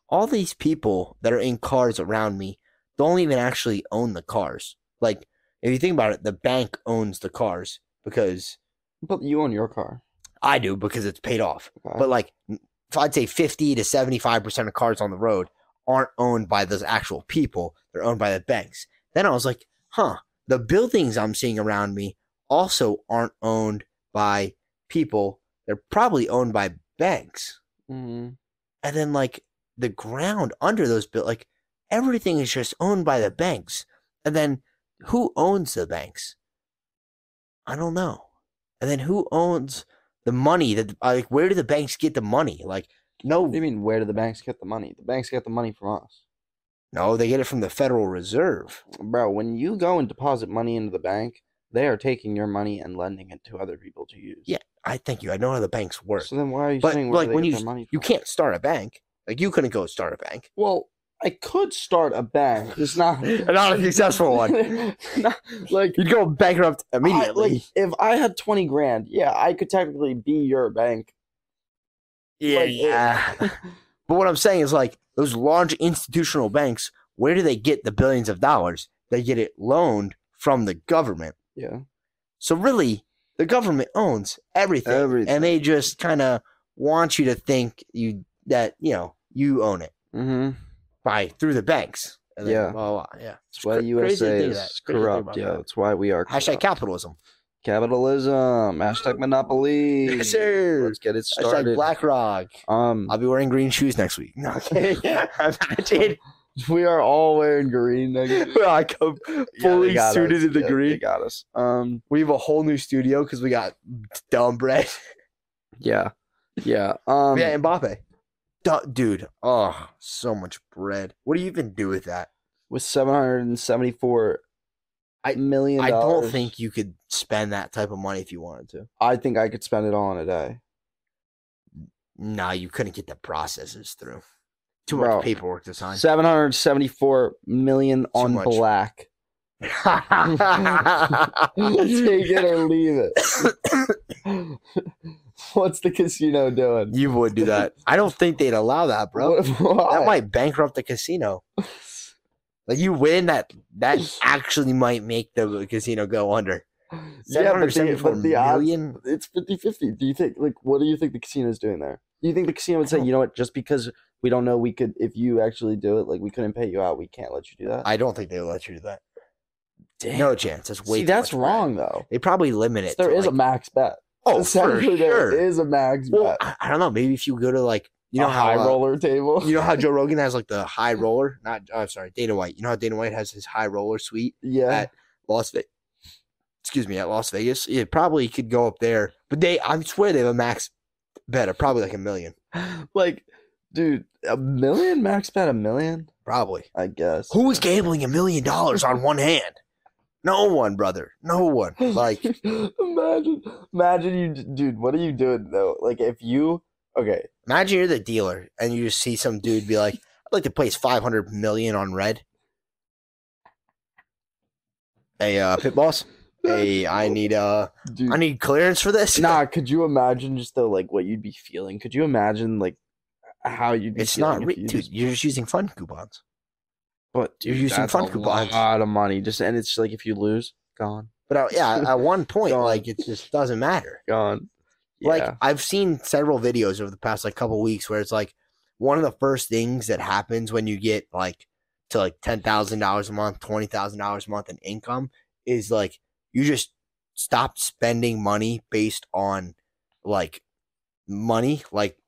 Speaker 2: all these people that are in cars around me don't even actually own the cars. Like, if you think about it, the bank owns the cars because
Speaker 1: but you own your car.
Speaker 2: I do because it's paid off.
Speaker 1: Okay.
Speaker 2: But like, if I'd say 50 to 75% of cars on the road aren't owned by those actual people, they're owned by the banks. Then I was like, huh, the buildings I'm seeing around me also aren't owned by people. They're probably owned by banks. Mm-hmm.
Speaker 1: Mhm.
Speaker 2: And then like the ground under those built like everything is just owned by the banks. And then who owns the banks? I don't know. And then who owns the money? That like, where do the banks get the money? Like, no,
Speaker 1: What do you mean? Where do the banks get the money? The banks get the money from us,
Speaker 2: no, they get it from the Federal Reserve.
Speaker 1: bro. When you go and deposit money into the bank, they are taking your money and lending it to other people to use.
Speaker 2: Yeah, I thank you. I know how the banks work.
Speaker 1: So then, why are you
Speaker 2: But,
Speaker 1: saying where
Speaker 2: like,
Speaker 1: do they
Speaker 2: when
Speaker 1: get their money?
Speaker 2: you
Speaker 1: from?
Speaker 2: can't start a bank. Like, you couldn't go start a bank.
Speaker 1: Well, I could start a bank. It's not
Speaker 2: Not a successful one.
Speaker 1: Not- like
Speaker 2: You'd go bankrupt
Speaker 1: I,
Speaker 2: immediately.
Speaker 1: like if I had twenty grand, yeah, I could technically be your bank.
Speaker 2: yeah,
Speaker 1: like, it-
Speaker 2: yeah. but what I'm saying is, like, those large institutional banks, where do they get the billions of dollars? They get it loaned from the government.
Speaker 1: Yeah.
Speaker 2: So really, the government owns everything,
Speaker 1: Everything.
Speaker 2: and they just kind of want you to think you that you know you own it
Speaker 1: Mm-hmm.
Speaker 2: by through the banks. And then
Speaker 1: Yeah.
Speaker 2: blah, blah, blah, yeah.
Speaker 1: That's why
Speaker 2: cra- crazy to
Speaker 1: USA
Speaker 2: think
Speaker 1: is
Speaker 2: that. It's crazy to think
Speaker 1: corrupt.
Speaker 2: about
Speaker 1: Yeah,
Speaker 2: that.
Speaker 1: that's why we are
Speaker 2: Hashtag
Speaker 1: corrupt.
Speaker 2: capitalism.
Speaker 1: capitalism. Hashtag monopoly.
Speaker 2: Yes, sir.
Speaker 1: Let's get it
Speaker 2: Hashtag
Speaker 1: started.
Speaker 2: BlackRock.
Speaker 1: um,
Speaker 2: I'll be wearing green shoes next week. No, I'm kidding. Imagine.
Speaker 1: we are all wearing green. Like, yeah,
Speaker 2: Well, I come
Speaker 1: they
Speaker 2: fully
Speaker 1: got
Speaker 2: suited
Speaker 1: us.
Speaker 2: in the
Speaker 1: Yeah, They
Speaker 2: green.
Speaker 1: got us. Um,
Speaker 2: We have a whole new studio because we got dumb bread.
Speaker 1: yeah, yeah. Um,
Speaker 2: yeah, Mbappe. Du- dude, oh, so much bread. What do you even do with that?
Speaker 1: with seven hundred and seventy-four
Speaker 2: I-
Speaker 1: million.
Speaker 2: I don't
Speaker 1: dollars,
Speaker 2: think you could spend that type of money if you wanted to.
Speaker 1: I think I could spend it all in a day.
Speaker 2: No, you couldn't get the processes through. Too
Speaker 1: Bro.
Speaker 2: much paperwork to sign.
Speaker 1: Seven hundred seventy-four million on
Speaker 2: much.
Speaker 1: black. Take it or leave it. What's the casino doing?
Speaker 2: you would do that. I don't think they'd allow that, bro.
Speaker 1: What- why?
Speaker 2: That might bankrupt the casino. Like you win that, that actually might make the casino go under.
Speaker 1: yeah, but the,
Speaker 2: 774
Speaker 1: but the odds,
Speaker 2: million?
Speaker 1: it's 50-50. Do you think like what do you think the casino's doing there? Do you think the casino would say,
Speaker 2: don't-
Speaker 1: you know what, just because we don't know we could if you actually do it, like we couldn't pay you out, we can't let you do that?
Speaker 2: I don't think they would let you do that.
Speaker 1: Damn.
Speaker 2: No chance. That's way.
Speaker 1: See,
Speaker 2: too
Speaker 1: that's
Speaker 2: much
Speaker 1: wrong
Speaker 2: bread.
Speaker 1: though.
Speaker 2: They probably limit it.
Speaker 1: There
Speaker 2: to,
Speaker 1: is
Speaker 2: like-
Speaker 1: a max bet.
Speaker 2: oh for
Speaker 1: Essentially, there
Speaker 2: sure.
Speaker 1: is a max bet.
Speaker 2: Well, I, I don't know. Maybe if you go to like you know
Speaker 1: a
Speaker 2: how
Speaker 1: high
Speaker 2: uh,
Speaker 1: roller table.
Speaker 2: you know how Joe Rogan has like the high roller. Not I'm sorry, Dana White. You know how Dana White has his high roller suite,
Speaker 1: yeah.
Speaker 2: at- Las Vegas. Excuse me, at Las Vegas. It probably could go up there, but they I swear they have a max bet of probably like a million,
Speaker 1: like, dude, a million max bet a million,
Speaker 2: probably.
Speaker 1: I guess.
Speaker 2: Who is gambling a million dollars on one hand? No one, brother. No one. Like
Speaker 1: imagine, imagine you, dude. What are you doing though? Like, if you, okay,
Speaker 2: Imagine you're the dealer and you just see some dude be like, I'd like to place 500 million on red. Hey, uh, pit boss. Hey, I need uh,
Speaker 1: dude.
Speaker 2: I need clearance for this.
Speaker 1: nah, could you imagine just though, like, what you'd be feeling? Could you imagine like how you'd be?
Speaker 2: it's
Speaker 1: feeling
Speaker 2: not,
Speaker 1: if
Speaker 2: re-
Speaker 1: you
Speaker 2: dude.
Speaker 1: just-
Speaker 2: You're just using fun coupons.
Speaker 1: but
Speaker 2: you're
Speaker 1: dude,
Speaker 2: using
Speaker 1: that's
Speaker 2: fun
Speaker 1: a
Speaker 2: coupons.
Speaker 1: lot of money. Just and it's like if you lose, gone,
Speaker 2: But uh, yeah, at one point,
Speaker 1: Gone.
Speaker 2: like it just doesn't matter.
Speaker 1: gone.
Speaker 2: Like
Speaker 1: Yeah.
Speaker 2: I've seen several videos over the past like couple weeks where it's like one of the first things that happens when you get like to like ten thousand dollars a month, twenty thousand dollars a month in income is like you just stop spending money based on like money. Like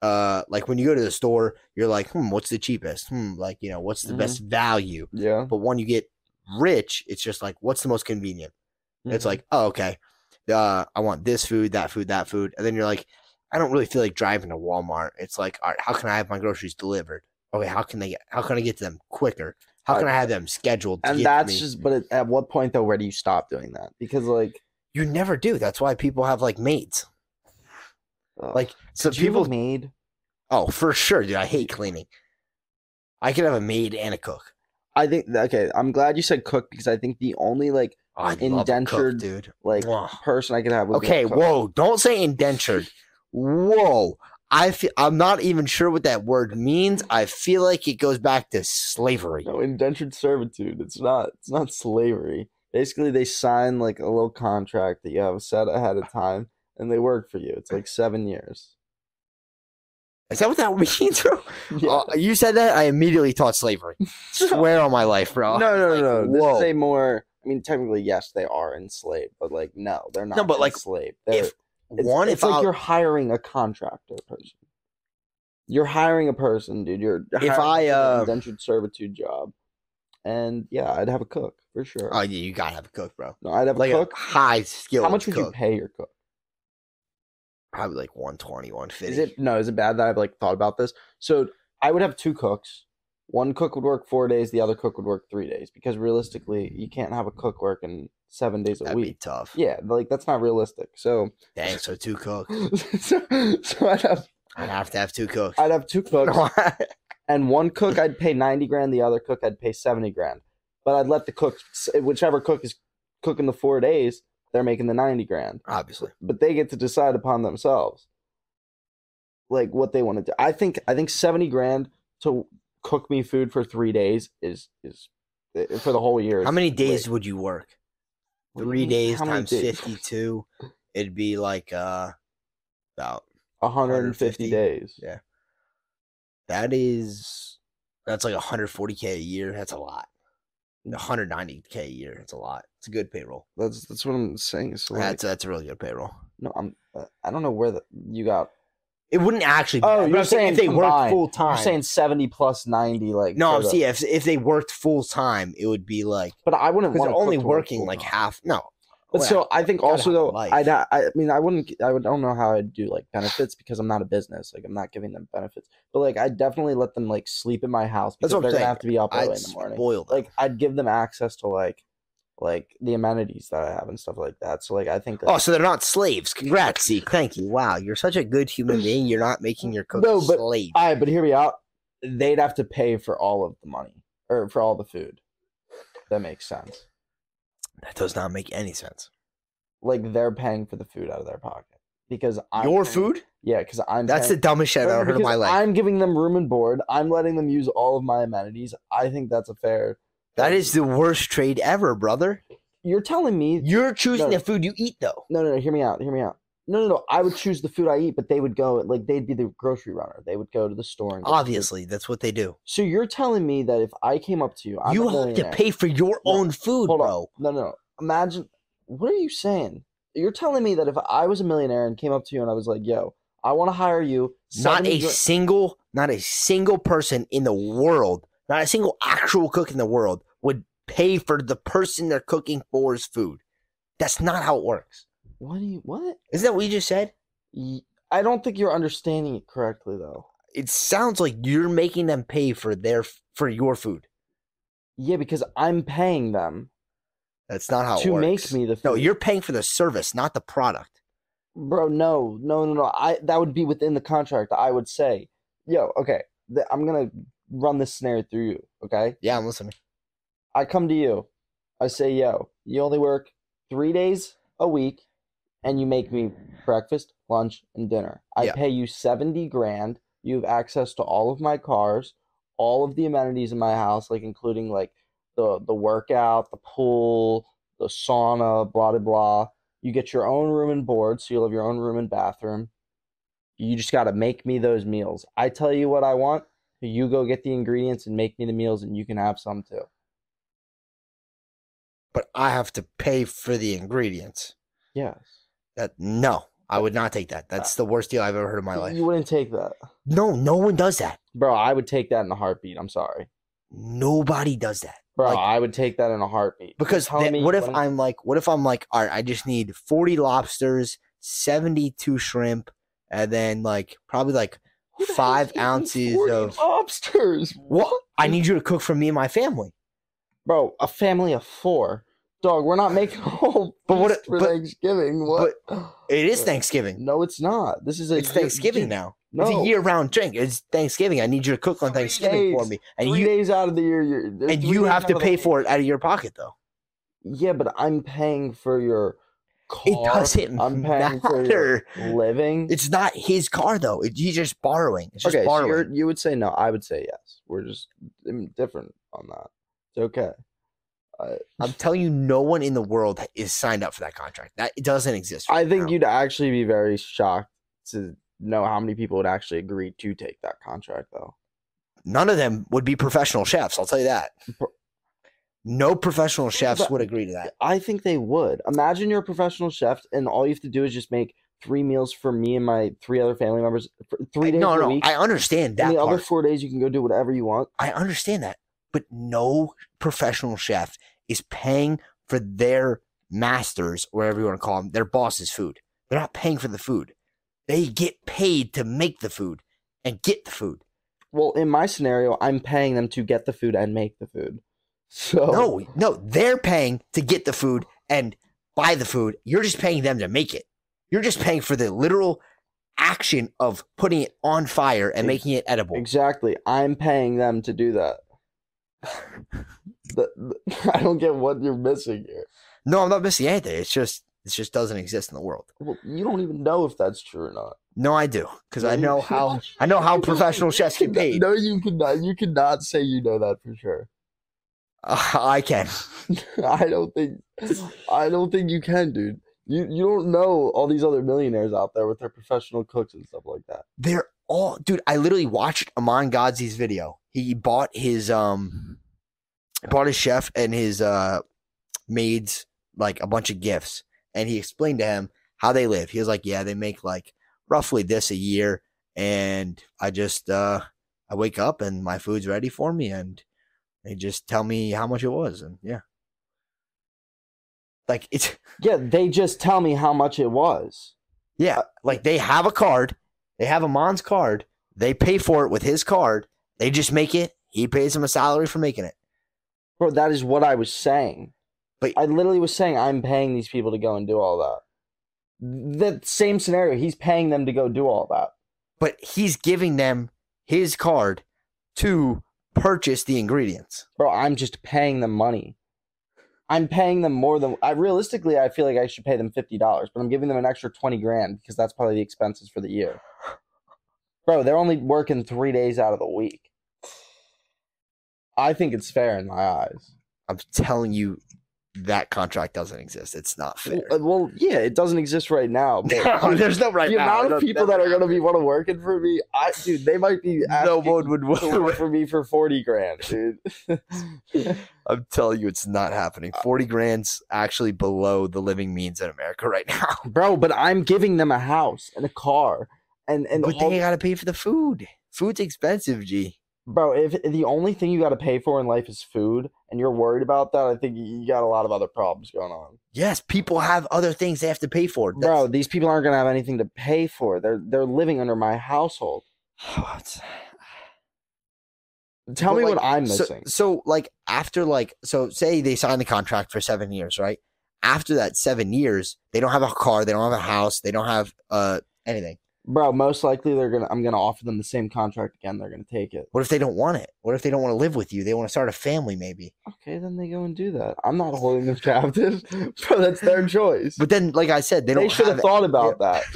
Speaker 2: uh like when you go to the store, you're like, hmm, what's the cheapest? Hmm, like you know, what's the best value?
Speaker 1: yeah,
Speaker 2: But when you get rich, it's just like what's the most convenient? It's
Speaker 1: Mhm.
Speaker 2: like, oh, okay. Uh, I want this food, that food, that food. And then you're like, I don't really feel like driving to Walmart. It's like, all right, how can I have my groceries delivered? Okay, how can they get how can I get to them quicker? How can I have them scheduled? To
Speaker 1: and
Speaker 2: get to
Speaker 1: that's
Speaker 2: me?
Speaker 1: just. But at, at what point though, where do you stop doing that? Because like,
Speaker 2: you never do. That's why people have like maids.
Speaker 1: ugh.
Speaker 2: Like so
Speaker 1: Could you have a
Speaker 2: people
Speaker 1: maid.
Speaker 2: Oh, for sure, dude. I hate cleaning. I could have a maid and a cook.
Speaker 1: I think okay. I'm glad you said cook because I think the only like
Speaker 2: Oh, I love a cook,
Speaker 1: Indentured
Speaker 2: dude.
Speaker 1: like
Speaker 2: Mwah.
Speaker 1: person I could have. Would be a
Speaker 2: Okay,
Speaker 1: cook.
Speaker 2: whoa, don't say indentured. Whoa. I feel, I'm not even sure what that word means. I feel like it goes back to slavery.
Speaker 1: No indentured servitude. It's not. It's not slavery. Basically, they sign like a little contract that you have set ahead of time, and they work for you. It's like seven years.
Speaker 2: Is that what that means, bro?
Speaker 1: Yeah.
Speaker 2: Uh, you said that, I immediately thought slavery. Swear on my life, bro.
Speaker 1: no, no,
Speaker 2: Like,
Speaker 1: no, no.
Speaker 2: Whoa.
Speaker 1: This is a more. I mean, technically, yes, they are enslaved, but like, no, they're not.
Speaker 2: but, like,
Speaker 1: enslaved. They're-
Speaker 2: if
Speaker 1: it's,
Speaker 2: one,
Speaker 1: it's
Speaker 2: if
Speaker 1: like
Speaker 2: I
Speaker 1: you're hiring a contractor person. You're hiring a person, dude. You're
Speaker 2: If
Speaker 1: hiring
Speaker 2: I,
Speaker 1: them for an
Speaker 2: uh,
Speaker 1: indentured servitude job. and yeah, I'd have a cook for sure.
Speaker 2: Oh yeah, you gotta have a cook, bro.
Speaker 1: no, I'd have
Speaker 2: Like
Speaker 1: a cook.
Speaker 2: a high skill.
Speaker 1: How much would
Speaker 2: cook.
Speaker 1: you pay your cook?
Speaker 2: Probably like 120, 150.
Speaker 1: Is it no? Is it bad that I've like thought about this? So I would have two cooks. One cook would work four days. The other cook would work three days because realistically, you can't have a cook working seven days a
Speaker 2: That'd be
Speaker 1: week.
Speaker 2: tough.
Speaker 1: Yeah, like that's not realistic. So,
Speaker 2: Dang, so two cooks.
Speaker 1: so, so I'd have
Speaker 2: I'd have to have two cooks.
Speaker 1: I'd have two cooks. and one cook I'd pay 90 grand, the other cook I'd pay 70 grand. But I'd let the cook, whichever cook is cooking the four days, they're making the 90 grand.
Speaker 2: Obviously.
Speaker 1: But they get to decide upon themselves, like what they want to do. I think I think 70 grand to cook me food for three days is is eh, for the whole year.
Speaker 2: How
Speaker 1: is
Speaker 2: many days
Speaker 1: great.
Speaker 2: would you work?
Speaker 1: What do you
Speaker 2: Three
Speaker 1: mean,
Speaker 2: days
Speaker 1: how many
Speaker 2: times
Speaker 1: days?
Speaker 2: 52. It'd be like uh about
Speaker 1: 150
Speaker 2: 150?
Speaker 1: days.
Speaker 2: Yeah. that is that's like 140k a year. That's a lot.
Speaker 1: Mm.
Speaker 2: 190k a year. That's a lot. It's a good payroll.
Speaker 1: That's that's what I'm saying. So like,
Speaker 2: That's that's a really good payroll.
Speaker 1: no, I'm uh, I don't know where the you got.
Speaker 2: It wouldn't actually. Be
Speaker 1: Oh,
Speaker 2: that, but
Speaker 1: you're
Speaker 2: I'm if they
Speaker 1: saying
Speaker 2: worked
Speaker 1: combined.
Speaker 2: full time?
Speaker 1: You're saying 70 plus 90, like
Speaker 2: no.
Speaker 1: for
Speaker 2: I'm
Speaker 1: the-
Speaker 2: saying if if they worked full time, it would be like
Speaker 1: But I wouldn't
Speaker 2: because
Speaker 1: want to
Speaker 2: they're
Speaker 1: cook
Speaker 2: only
Speaker 1: to work
Speaker 2: working
Speaker 1: full
Speaker 2: like
Speaker 1: time.
Speaker 2: half. No,
Speaker 1: But
Speaker 2: Well,
Speaker 1: so I think
Speaker 2: gotta
Speaker 1: also
Speaker 2: have a
Speaker 1: though
Speaker 2: life.
Speaker 1: I'd ha- I mean I wouldn't I would I don't know how I'd do like benefits because I'm not a business like I'm not giving them benefits but like I definitely let them like sleep in my house because
Speaker 2: That's what I'm
Speaker 1: they're
Speaker 2: saying.
Speaker 1: gonna have to be up early
Speaker 2: I'd
Speaker 1: in the morning
Speaker 2: spoil them.
Speaker 1: like I'd give them access to like like the amenities that I have and stuff like that so like I think
Speaker 2: Oh,
Speaker 1: like,
Speaker 2: so they're not slaves. Congrats, Zeke. Thank you. Wow, you're such a good human being. You're not making your cooks
Speaker 1: No, but
Speaker 2: slaves.
Speaker 1: all right but hear me out they'd have to pay for all of the money or for all the food that makes sense
Speaker 2: that does not make any sense.
Speaker 1: like they're paying for the food out of their pocket because I'm
Speaker 2: your
Speaker 1: paying-
Speaker 2: food?
Speaker 1: yeah because I'm
Speaker 2: That's
Speaker 1: paying-
Speaker 2: the dumbest shit I've
Speaker 1: Right,
Speaker 2: ever heard in my
Speaker 1: because
Speaker 2: life.
Speaker 1: I'm giving them room and board. I'm letting them use all of my amenities. I think that's a fair.
Speaker 2: that is the worst trade ever, brother.
Speaker 1: You're telling me?
Speaker 2: You're choosing
Speaker 1: No.
Speaker 2: the food you eat, though.
Speaker 1: no, no, no. Hear me out. Hear me out. No, no, no. I would choose the food I eat, but they would go like they'd be the grocery runner. They would go to the store. And get food.
Speaker 2: Obviously, that's what they do.
Speaker 1: So you're telling me that if I came up to you, I'm
Speaker 2: you
Speaker 1: a
Speaker 2: have to
Speaker 1: millionaire-
Speaker 2: pay for your
Speaker 1: No,
Speaker 2: own food,
Speaker 1: hold on.
Speaker 2: bro.
Speaker 1: No, no, no. Imagine. What are you saying? You're telling me that if I was a millionaire and came up to you and I was like, "Yo, I want to hire you,"
Speaker 2: Not
Speaker 1: 70
Speaker 2: a
Speaker 1: gra-
Speaker 2: single, not a single person in the world, not a single actual cook in the world would pay for the person they're cooking for's food. That's not how it works.
Speaker 1: what? Do you, what?
Speaker 2: Isn't that what you just said?
Speaker 1: Y- I don't think you're understanding it correctly, though.
Speaker 2: It sounds like you're making them pay for their for your food.
Speaker 1: Yeah, because I'm paying them
Speaker 2: That's not how it
Speaker 1: to
Speaker 2: works.
Speaker 1: make me the food.
Speaker 2: No, you're paying for the service, not the product.
Speaker 1: bro. No, no, no, no. I that would be within the contract. I would say, yo, okay, th- I'm gonna run this scenario through you. Okay,
Speaker 2: Yeah, I'm listening.
Speaker 1: I come to you, I say, yo, you only work three days a week, and you make me breakfast, lunch, and dinner. I
Speaker 2: Yeah.
Speaker 1: pay you seventy grand. You have access to all of my cars, all of the amenities in my house, like including like the the workout, the pool, the sauna, blah blah blah. You get your own room and board, so you'll have your own room and bathroom. You just gotta make me those meals. I tell you what I want, you go get the ingredients and make me the meals, and you can have some too.
Speaker 2: But I have to pay for the ingredients.
Speaker 1: Yes,
Speaker 2: That no, I would not take that. That's the worst deal I've ever heard in my life.
Speaker 1: Uh, you wouldn't take that,
Speaker 2: No, no one does that.
Speaker 1: bro. I would take that in a heartbeat. I'm sorry,
Speaker 2: Nobody does that.
Speaker 1: bro.
Speaker 2: Like-
Speaker 1: I would take that in a heartbeat. You're
Speaker 2: Because
Speaker 1: telling
Speaker 2: then
Speaker 1: me you
Speaker 2: what if
Speaker 1: wouldn't-
Speaker 2: I'm like, what if I'm like, all right, I just need 40 lobsters, 72 shrimp, and then like probably like
Speaker 1: Who the hell is
Speaker 2: five
Speaker 1: eating
Speaker 2: ounces
Speaker 1: 40
Speaker 2: of
Speaker 1: lobsters.
Speaker 2: what? I need you to cook for me and my family.
Speaker 1: bro, a family of four. Dog, we're not making a whole
Speaker 2: But what-
Speaker 1: feast for
Speaker 2: but-
Speaker 1: Thanksgiving. What?
Speaker 2: It is
Speaker 1: Yeah.
Speaker 2: Thanksgiving.
Speaker 1: No, it's not. This is a
Speaker 2: It's
Speaker 1: year-
Speaker 2: Thanksgiving
Speaker 1: dude,
Speaker 2: now.
Speaker 1: No,
Speaker 2: It's a year-round drink. It's Thanksgiving. I need you to cook on
Speaker 1: Three
Speaker 2: Thanksgiving for
Speaker 1: days.
Speaker 2: me,
Speaker 1: Three
Speaker 2: and you
Speaker 1: days out of the year, you're, there's
Speaker 2: and
Speaker 1: three
Speaker 2: you
Speaker 1: days
Speaker 2: have to
Speaker 1: out of the
Speaker 2: pay
Speaker 1: week.
Speaker 2: for it out of your pocket though.
Speaker 1: Yeah, but I'm paying for your car.
Speaker 2: It doesn't
Speaker 1: I'm paying for your
Speaker 2: matter.
Speaker 1: living.
Speaker 2: It's not his car though. It, he's just borrowing. It's just
Speaker 1: okay, so
Speaker 2: borrowing.
Speaker 1: you're, you would say no. I would say yes. We're just mm, different on that. It's okay.
Speaker 2: I'm telling you, no one in the world is signed up for that contract. That it doesn't exist.
Speaker 1: I
Speaker 2: right
Speaker 1: think
Speaker 2: now.
Speaker 1: you'd actually be very shocked to know how many people would actually agree to take that contract, though.
Speaker 2: none of them would be professional chefs. I'll tell you that.
Speaker 1: Pro-
Speaker 2: No professional chefs
Speaker 1: but-
Speaker 2: would agree to that.
Speaker 1: I think they would. Imagine you're a professional chef, and all you have to do is just make three meals for me and my three other family members for three days
Speaker 2: no,
Speaker 1: a
Speaker 2: no,
Speaker 1: week.
Speaker 2: I understand
Speaker 1: and
Speaker 2: that
Speaker 1: the
Speaker 2: part.
Speaker 1: other four days, you can go do whatever you want.
Speaker 2: I understand that, but no professional chef is paying for their masters, or whatever you want to call them, their boss's food. They're not paying for the food. They get paid to make the food and get the food.
Speaker 1: Well, in my scenario, I'm paying them to get the food and make the food. So
Speaker 2: No, no, they're paying to get the food and buy the food. You're just paying them to make it. You're just paying for the literal action of putting it on fire and
Speaker 1: Ex-
Speaker 2: making it edible.
Speaker 1: exactly, I'm paying them to do that. The- the- I don't get what you're missing here.
Speaker 2: No, I'm not missing anything. It's just it just doesn't exist in the world.
Speaker 1: Well, you don't even know if that's true or not.
Speaker 2: No, I do because I
Speaker 1: Yeah, you-
Speaker 2: know how I know how professional chefs get paid.
Speaker 1: No, you cannot. You cannot say you know that for sure.
Speaker 2: Uh, I can.
Speaker 1: I don't think. I don't think you can, dude. You you don't know all these other millionaires out there with their professional cooks and stuff like that.
Speaker 2: They're all dude. I literally watched Amon Godzi's video. He bought his um, bought his chef and his uh, maids like a bunch of gifts, and he explained to him how they live. He was like, "Yeah, they make like roughly this a year, and I just uh, I wake up and my food's ready for me, and they just tell me how much it was, and yeah, like it's."
Speaker 1: Yeah, they just tell me how much it was. Uh,
Speaker 2: Yeah, like they have a card. They have a Mon's card. They pay for it with his card. They just make it. He pays them a salary for making it.
Speaker 1: Bro, that is what I was saying.
Speaker 2: But-
Speaker 1: I literally was saying I'm paying these people to go and do all that. That same scenario, he's paying them to go do all that.
Speaker 2: But he's giving them his card to purchase the ingredients.
Speaker 1: Bro, I'm just paying them money. I'm paying them more than I realistically I feel like I should pay them fifty dollars, but I'm giving them an extra twenty grand because that's probably the expenses for the year. Bro, they're only working three days out of the week. I think it's fair in my eyes.
Speaker 2: I'm telling you, that contract doesn't exist. It's not fair.
Speaker 1: Well, uh, well, yeah, it doesn't exist right now. But
Speaker 2: No, there's no right
Speaker 1: the
Speaker 2: now.
Speaker 1: amount
Speaker 2: No,
Speaker 1: of people that
Speaker 2: no,
Speaker 1: are going to be want to working for me, I dude, they might be
Speaker 2: no
Speaker 1: asking
Speaker 2: one would.
Speaker 1: to work for me for forty grand, dude.
Speaker 2: I'm telling you, it's not
Speaker 1: Uh,
Speaker 2: happening. Forty grand's actually below the living means in America right now.
Speaker 1: Bro, but I'm giving them a house and a car and and
Speaker 2: but
Speaker 1: all-
Speaker 2: they gotta pay for the food. Food's expensive, G.
Speaker 1: bro, if the only thing you got to pay for in life is food and you're worried about that, I think you got a lot of other problems going on.
Speaker 2: Yes, people have other things they have to pay for.
Speaker 1: Bro,
Speaker 2: That's-
Speaker 1: these people aren't going to have anything to pay for. They're they're living under my household.
Speaker 2: What?
Speaker 1: Tell
Speaker 2: But,
Speaker 1: me
Speaker 2: like,
Speaker 1: what I'm
Speaker 2: so,
Speaker 1: missing.
Speaker 2: so, like, after, like, so say they sign the contract for seven years, right? After that seven years, they don't have a car, they don't have a house, they don't have uh anything.
Speaker 1: Bro, most likely they're going to I'm going to offer them the same contract again. They're going to take it.
Speaker 2: What if they don't want it? What if they don't want to live with you? They want to start a family, maybe.
Speaker 1: Okay, then they go and do that. I'm not holding them captive. Bro, that's their choice.
Speaker 2: But then, like I said, they
Speaker 1: They,
Speaker 2: don't.
Speaker 1: should have
Speaker 2: have
Speaker 1: thought about that.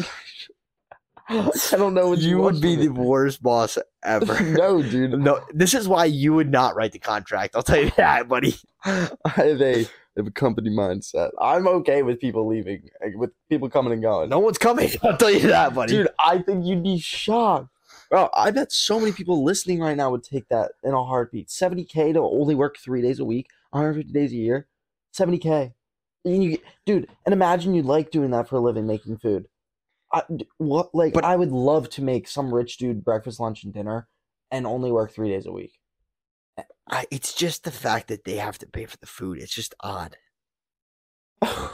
Speaker 1: I don't know
Speaker 2: it.
Speaker 1: what
Speaker 2: You
Speaker 1: want
Speaker 2: would be
Speaker 1: from
Speaker 2: the
Speaker 1: me.
Speaker 2: worst boss ever.
Speaker 1: no, dude.
Speaker 2: no, this is why you would not write the contract. I'll tell you that, buddy.
Speaker 1: I have a, I have a company mindset. I'm okay with people leaving, like, with people coming and going.
Speaker 2: No one's coming. I'll tell you that, buddy.
Speaker 1: dude, I think you'd be shocked. Bro, I bet so many people listening right now would take that in a heartbeat. 70K to only work three days a week, 150 days a year, 70K. And you, dude, and imagine you like doing that for a living, making food. I, d- what, like,
Speaker 2: But-
Speaker 1: I would love to make some rich dude breakfast, lunch, and dinner and only work three days a week.
Speaker 2: I, it's just the fact that they have to pay for the food. It's just odd.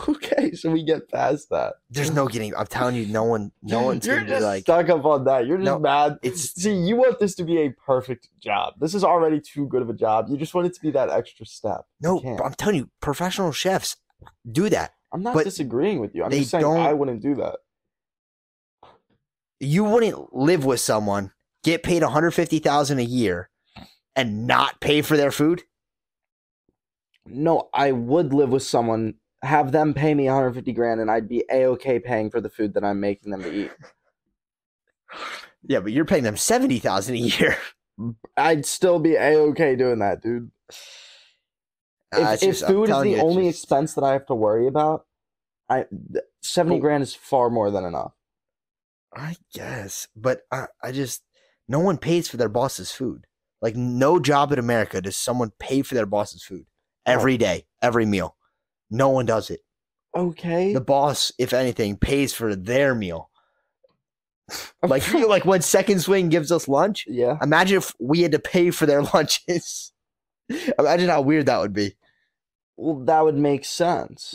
Speaker 1: okay, so we get past that.
Speaker 2: There's no getting. I'm telling you, no one, no one's
Speaker 1: You're
Speaker 2: gonna be
Speaker 1: just
Speaker 2: like.
Speaker 1: stuck up on that. You're just
Speaker 2: No,
Speaker 1: mad.
Speaker 2: it's-
Speaker 1: see, you want this to be a perfect job. This is already too good of a job. You just want it to be that extra step.
Speaker 2: No,
Speaker 1: can't.
Speaker 2: but I'm telling you, professional chefs do that.
Speaker 1: I'm not
Speaker 2: But
Speaker 1: disagreeing with you. I'm
Speaker 2: they
Speaker 1: just saying
Speaker 2: don't-
Speaker 1: I wouldn't do that.
Speaker 2: You wouldn't live with someone, get paid 150 thousand a year, and not pay for their food.
Speaker 1: No, I would live with someone, have them pay me 150 grand, and I'd be a okay paying for the food that I'm making them to eat.
Speaker 2: Yeah, but you're paying them 70 thousand a year.
Speaker 1: I'd still be a okay doing that, dude.
Speaker 2: Uh,
Speaker 1: If,
Speaker 2: it's
Speaker 1: if
Speaker 2: just- I'm
Speaker 1: food is
Speaker 2: telling
Speaker 1: the
Speaker 2: you, it's
Speaker 1: only
Speaker 2: just-
Speaker 1: expense that I have to worry about, I th- 70
Speaker 2: Well-
Speaker 1: grand is far more than enough.
Speaker 2: I guess, but I, I just no one pays for their boss's food. Like no job in America does someone pay for their boss's food every day, every meal. No one does it.
Speaker 1: Okay.
Speaker 2: The boss, if anything, pays for their meal. Like like when Second Swing gives us lunch.
Speaker 1: yeah.
Speaker 2: Imagine if we had to pay for their lunches. Imagine how weird that would be.
Speaker 1: Well, that would make sense.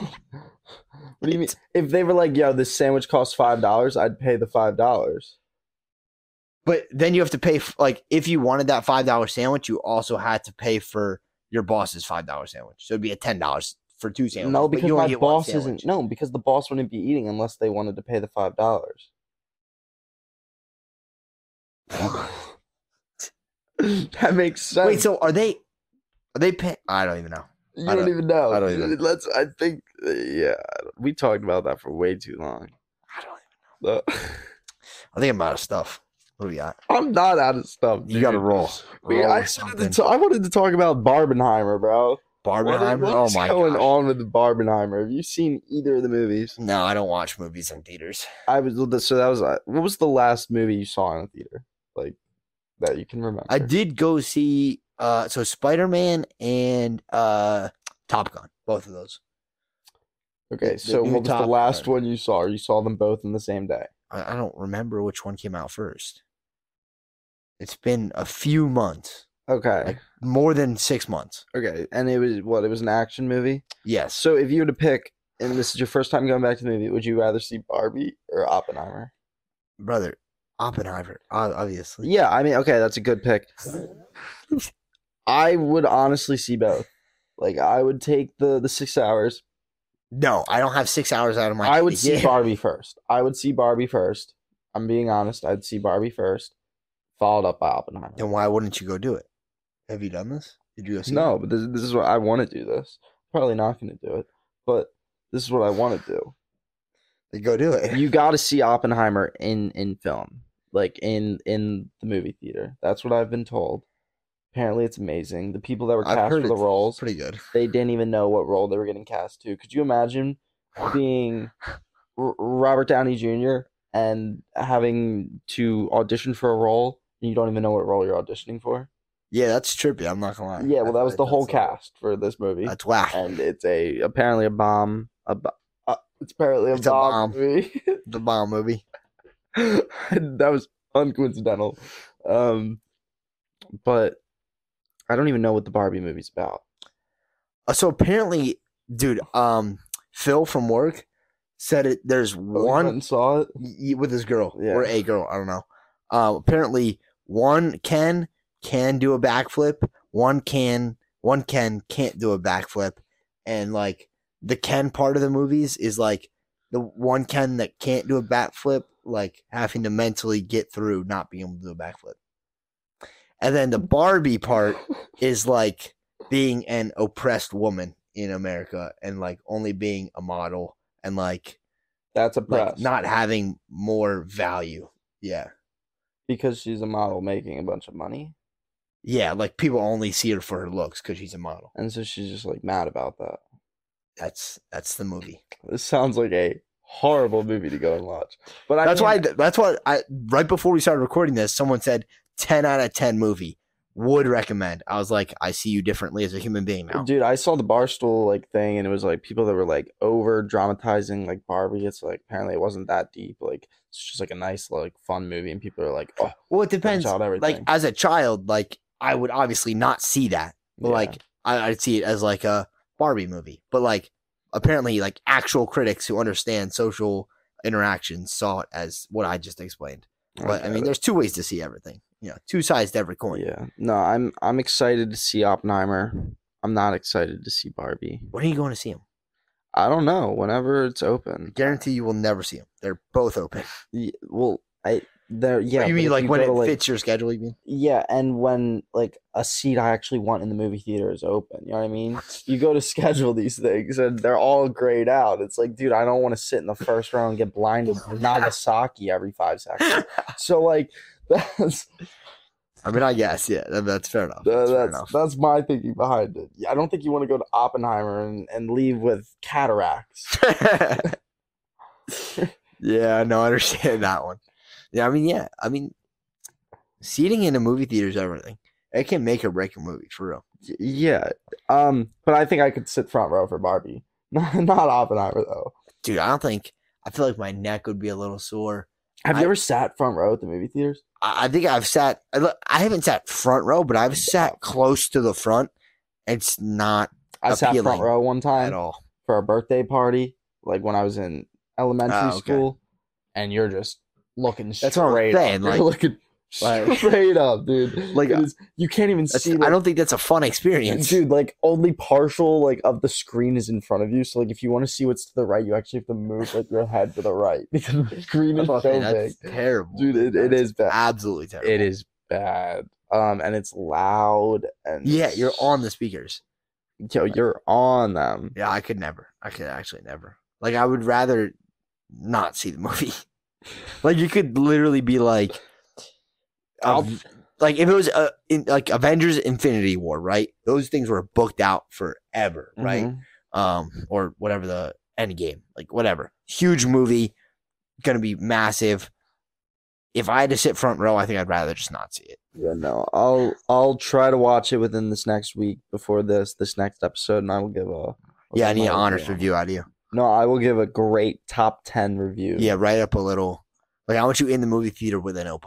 Speaker 1: what do you mean? If they were like, "Yo, this sandwich costs five dollars," I'd pay the five dollars.
Speaker 2: But then you have to pay f- like if you wanted that five dollar sandwich, you also had to pay for your boss's five dollar sandwich. So it'd be a ten dollars for two sandwiches.
Speaker 1: No,
Speaker 2: but
Speaker 1: because
Speaker 2: you only
Speaker 1: my
Speaker 2: get one
Speaker 1: boss isn't.
Speaker 2: sandwich.
Speaker 1: No, because the boss wouldn't be eating unless they wanted to pay the five dollars. that makes sense.
Speaker 2: Wait, so are they? Are they pay? I don't even know.
Speaker 1: you
Speaker 2: I
Speaker 1: don't,
Speaker 2: don't-
Speaker 1: even know.
Speaker 2: I don't even-
Speaker 1: Let's. I think. Yeah, I don't- we talked about that for way too long.
Speaker 2: I don't.
Speaker 1: So-
Speaker 2: I think I'm out of stuff. What do we got?
Speaker 1: I'm not out of stuff.
Speaker 2: You got to
Speaker 1: dude.
Speaker 2: roll.
Speaker 1: We,
Speaker 2: Roll
Speaker 1: I,
Speaker 2: with
Speaker 1: wanted
Speaker 2: something.
Speaker 1: to ta- I wanted to talk about Barbenheimer, bro. What is-
Speaker 2: Barbenheimer.
Speaker 1: What
Speaker 2: oh
Speaker 1: is
Speaker 2: my
Speaker 1: going
Speaker 2: gosh.
Speaker 1: on with the Barbenheimer? Have you seen either of the movies?
Speaker 2: No, I don't watch movies in theaters.
Speaker 1: I was so that was uh, what was the last movie you saw in a theater like that you can remember?
Speaker 2: I did go see uh so Spider Man and uh Top Gun, both of those.
Speaker 1: Okay,
Speaker 2: the
Speaker 1: so
Speaker 2: new
Speaker 1: what was the
Speaker 2: Top
Speaker 1: last
Speaker 2: Gun.
Speaker 1: one you saw? You saw them both in the same day.
Speaker 2: I, I don't remember which one came out first. It's been a few months,
Speaker 1: Okay,
Speaker 2: more than six months.
Speaker 1: okay, and it was what? It was an action movie.
Speaker 2: Yes,
Speaker 1: So if you were to pick, and this is your first time going back to the movie, would you rather see Barbie or Oppenheimer?
Speaker 2: brother, Oppenheimer, o- obviously.
Speaker 1: Yeah, I mean, okay, that's a good pick. I would honestly see both. Like, I would take the the six hours
Speaker 2: No, I don't have six hours out of my.
Speaker 1: I would see
Speaker 2: Yeah.
Speaker 1: Barbie first. I would see Barbie first. I'm being honest. I'd see Barbie first, followed up by Oppenheimer.
Speaker 2: Then why wouldn't you go do it? Have you done this? Did you go see?
Speaker 1: No, but this, this is what I want to do. This probably not going to do it, but this is what I want to do.
Speaker 2: it? Then go do it.
Speaker 1: You got to see Oppenheimer in in film, like in in the movie theater. That's what I've been told. Apparently, it's amazing. The people that were
Speaker 2: I've
Speaker 1: cast
Speaker 2: heard
Speaker 1: for the
Speaker 2: it's
Speaker 1: roles,
Speaker 2: pretty good.
Speaker 1: they didn't even know what role they were getting cast to. Could you imagine being R- Robert Downey Jr. and having to audition for a role and you don't even know what role you're auditioning for?
Speaker 2: Yeah, that's trippy. I'm not gonna lie.
Speaker 1: Yeah, well, that was
Speaker 2: That's-
Speaker 1: the whole
Speaker 2: that's a-
Speaker 1: cast for this movie,
Speaker 2: That's whack.
Speaker 1: and it's a apparently a bomb. A, bo- uh, it's apparently a
Speaker 2: It's a
Speaker 1: bomb.
Speaker 2: bomb.
Speaker 1: movie.
Speaker 2: The bomb movie.
Speaker 1: that was uncoincidental. Um, but I don't even know what the Barbie movie's about.
Speaker 2: Uh, So apparently, dude, um, Phil from work said it. There's
Speaker 1: Oh, you
Speaker 2: one
Speaker 1: went and saw it.
Speaker 2: y- with this girl
Speaker 1: Yeah.
Speaker 2: or a girl. I don't know. Uh, apparently, one can can do a backflip. One can one can can't do a backflip, and like the can part of the movies is like the one can that can't do a backflip, like having to mentally get through not being able to do a backflip. And then the Barbie part is like being an oppressed woman in America and like only being a model and like
Speaker 1: That's a
Speaker 2: like
Speaker 1: press.
Speaker 2: not having more value. Yeah.
Speaker 1: because she's a model making a bunch of money,
Speaker 2: Yeah, like people only see her for her looks because she's a model.
Speaker 1: and so she's just like mad about that.
Speaker 2: That's that's the movie.
Speaker 1: This sounds like a horrible movie to go and watch. But I
Speaker 2: that's
Speaker 1: mean,
Speaker 2: why. That's why I right before we started recording this, someone said ten out of ten movie would recommend. I was like, I see you differently as a human being now.
Speaker 1: dude, I saw the barstool like thing, and it was like people that were like over dramatizing like Barbie. It's like apparently it wasn't that deep. Like it's just like a nice like fun movie, and people are like, oh,
Speaker 2: Well, it depends.
Speaker 1: out
Speaker 2: Like
Speaker 1: everything.
Speaker 2: as a child, like I would obviously not see that. But
Speaker 1: Yeah.
Speaker 2: like I, I'd see it as like a Barbie movie. But like apparently, like actual critics who understand social interactions saw it as what I just explained. But I
Speaker 1: get
Speaker 2: mean,
Speaker 1: it.
Speaker 2: there's two ways to see everything. You know, two sides to every coin.
Speaker 1: yeah, no, I'm I'm excited to see Oppenheimer. I'm not excited to see Barbie.
Speaker 2: When are you going to see them?
Speaker 1: I don't know. Whenever it's open,
Speaker 2: Guarantee you will never see them. They're both open.
Speaker 1: Y- well, I there. Yeah, but
Speaker 2: you mean
Speaker 1: if
Speaker 2: like when
Speaker 1: go
Speaker 2: it
Speaker 1: to,
Speaker 2: fits your schedule? You mean?
Speaker 1: Yeah, and when like a seat I actually want in the movie theater is open, you know what I mean? You go to schedule these things and they're all grayed out. It's like, dude, I don't want to sit in the first row and get blinded by Nagasaki every five seconds. So like that's
Speaker 2: I mean, I guess. Yeah, that- that's fair enough.
Speaker 1: uh,
Speaker 2: That's fair
Speaker 1: that's
Speaker 2: enough.
Speaker 1: that's my thinking behind it. Yeah, I don't think you want to go to Oppenheimer and, and leave with cataracts.
Speaker 2: yeah, no, I understand that one. Yeah, I mean, yeah, I mean, seating in a movie theater is everything. It can make or break a movie for real.
Speaker 1: Y- Yeah. Um, but I think I could sit front row for Barbie. Not, not Oppenheimer though.
Speaker 2: Dude, I don't think I feel like my neck would be a little sore.
Speaker 1: Have you
Speaker 2: I-
Speaker 1: ever sat front row at the movie theaters?
Speaker 2: I I think I've sat. I look- I haven't sat front row, but I've sat close to the front. It's not
Speaker 1: I sat front
Speaker 2: Appealing
Speaker 1: row one
Speaker 2: at
Speaker 1: time
Speaker 2: all.
Speaker 1: for a birthday party, like when I was in elementary
Speaker 2: Oh, okay.
Speaker 1: school, and you're just looking straight
Speaker 2: That's what I'm
Speaker 1: up.
Speaker 2: saying,
Speaker 1: You're
Speaker 2: like-
Speaker 1: looking
Speaker 2: like-
Speaker 1: straight up, dude.
Speaker 2: Like, uh,
Speaker 1: It is- you can't even
Speaker 2: That's,
Speaker 1: see.
Speaker 2: I
Speaker 1: the-
Speaker 2: don't think that's a fun experience.
Speaker 1: dude like only partial like of the screen is in front of you so like if you want to see what's to the right you actually have to move like your head to the right because the screen is so big
Speaker 2: that's terrible,
Speaker 1: dude it, it is bad
Speaker 2: absolutely terrible.
Speaker 1: it is bad um and it's loud and
Speaker 2: Yeah, you're on the speakers.
Speaker 1: yo you're on them
Speaker 2: Yeah, I could never. I could actually never. Like, I would rather not see the movie. like, you could literally be like,
Speaker 1: I'll-
Speaker 2: um, like if it was uh in, like Avengers: Infinity War, right? Those things were booked out forever, right?
Speaker 1: Mhm.
Speaker 2: Um, or whatever the end game, like whatever, huge movie, gonna be massive. If I had to sit front row, I think I'd rather just not see it.
Speaker 1: yeah no i'll i'll try to watch it within this next week before this this next episode and i will give a
Speaker 2: Yeah, I need an
Speaker 1: my
Speaker 2: honest
Speaker 1: review.
Speaker 2: review out of you.
Speaker 1: no i will give a great top 10 review
Speaker 2: Yeah, write up a little. Like I want you in the movie theater with a notebook.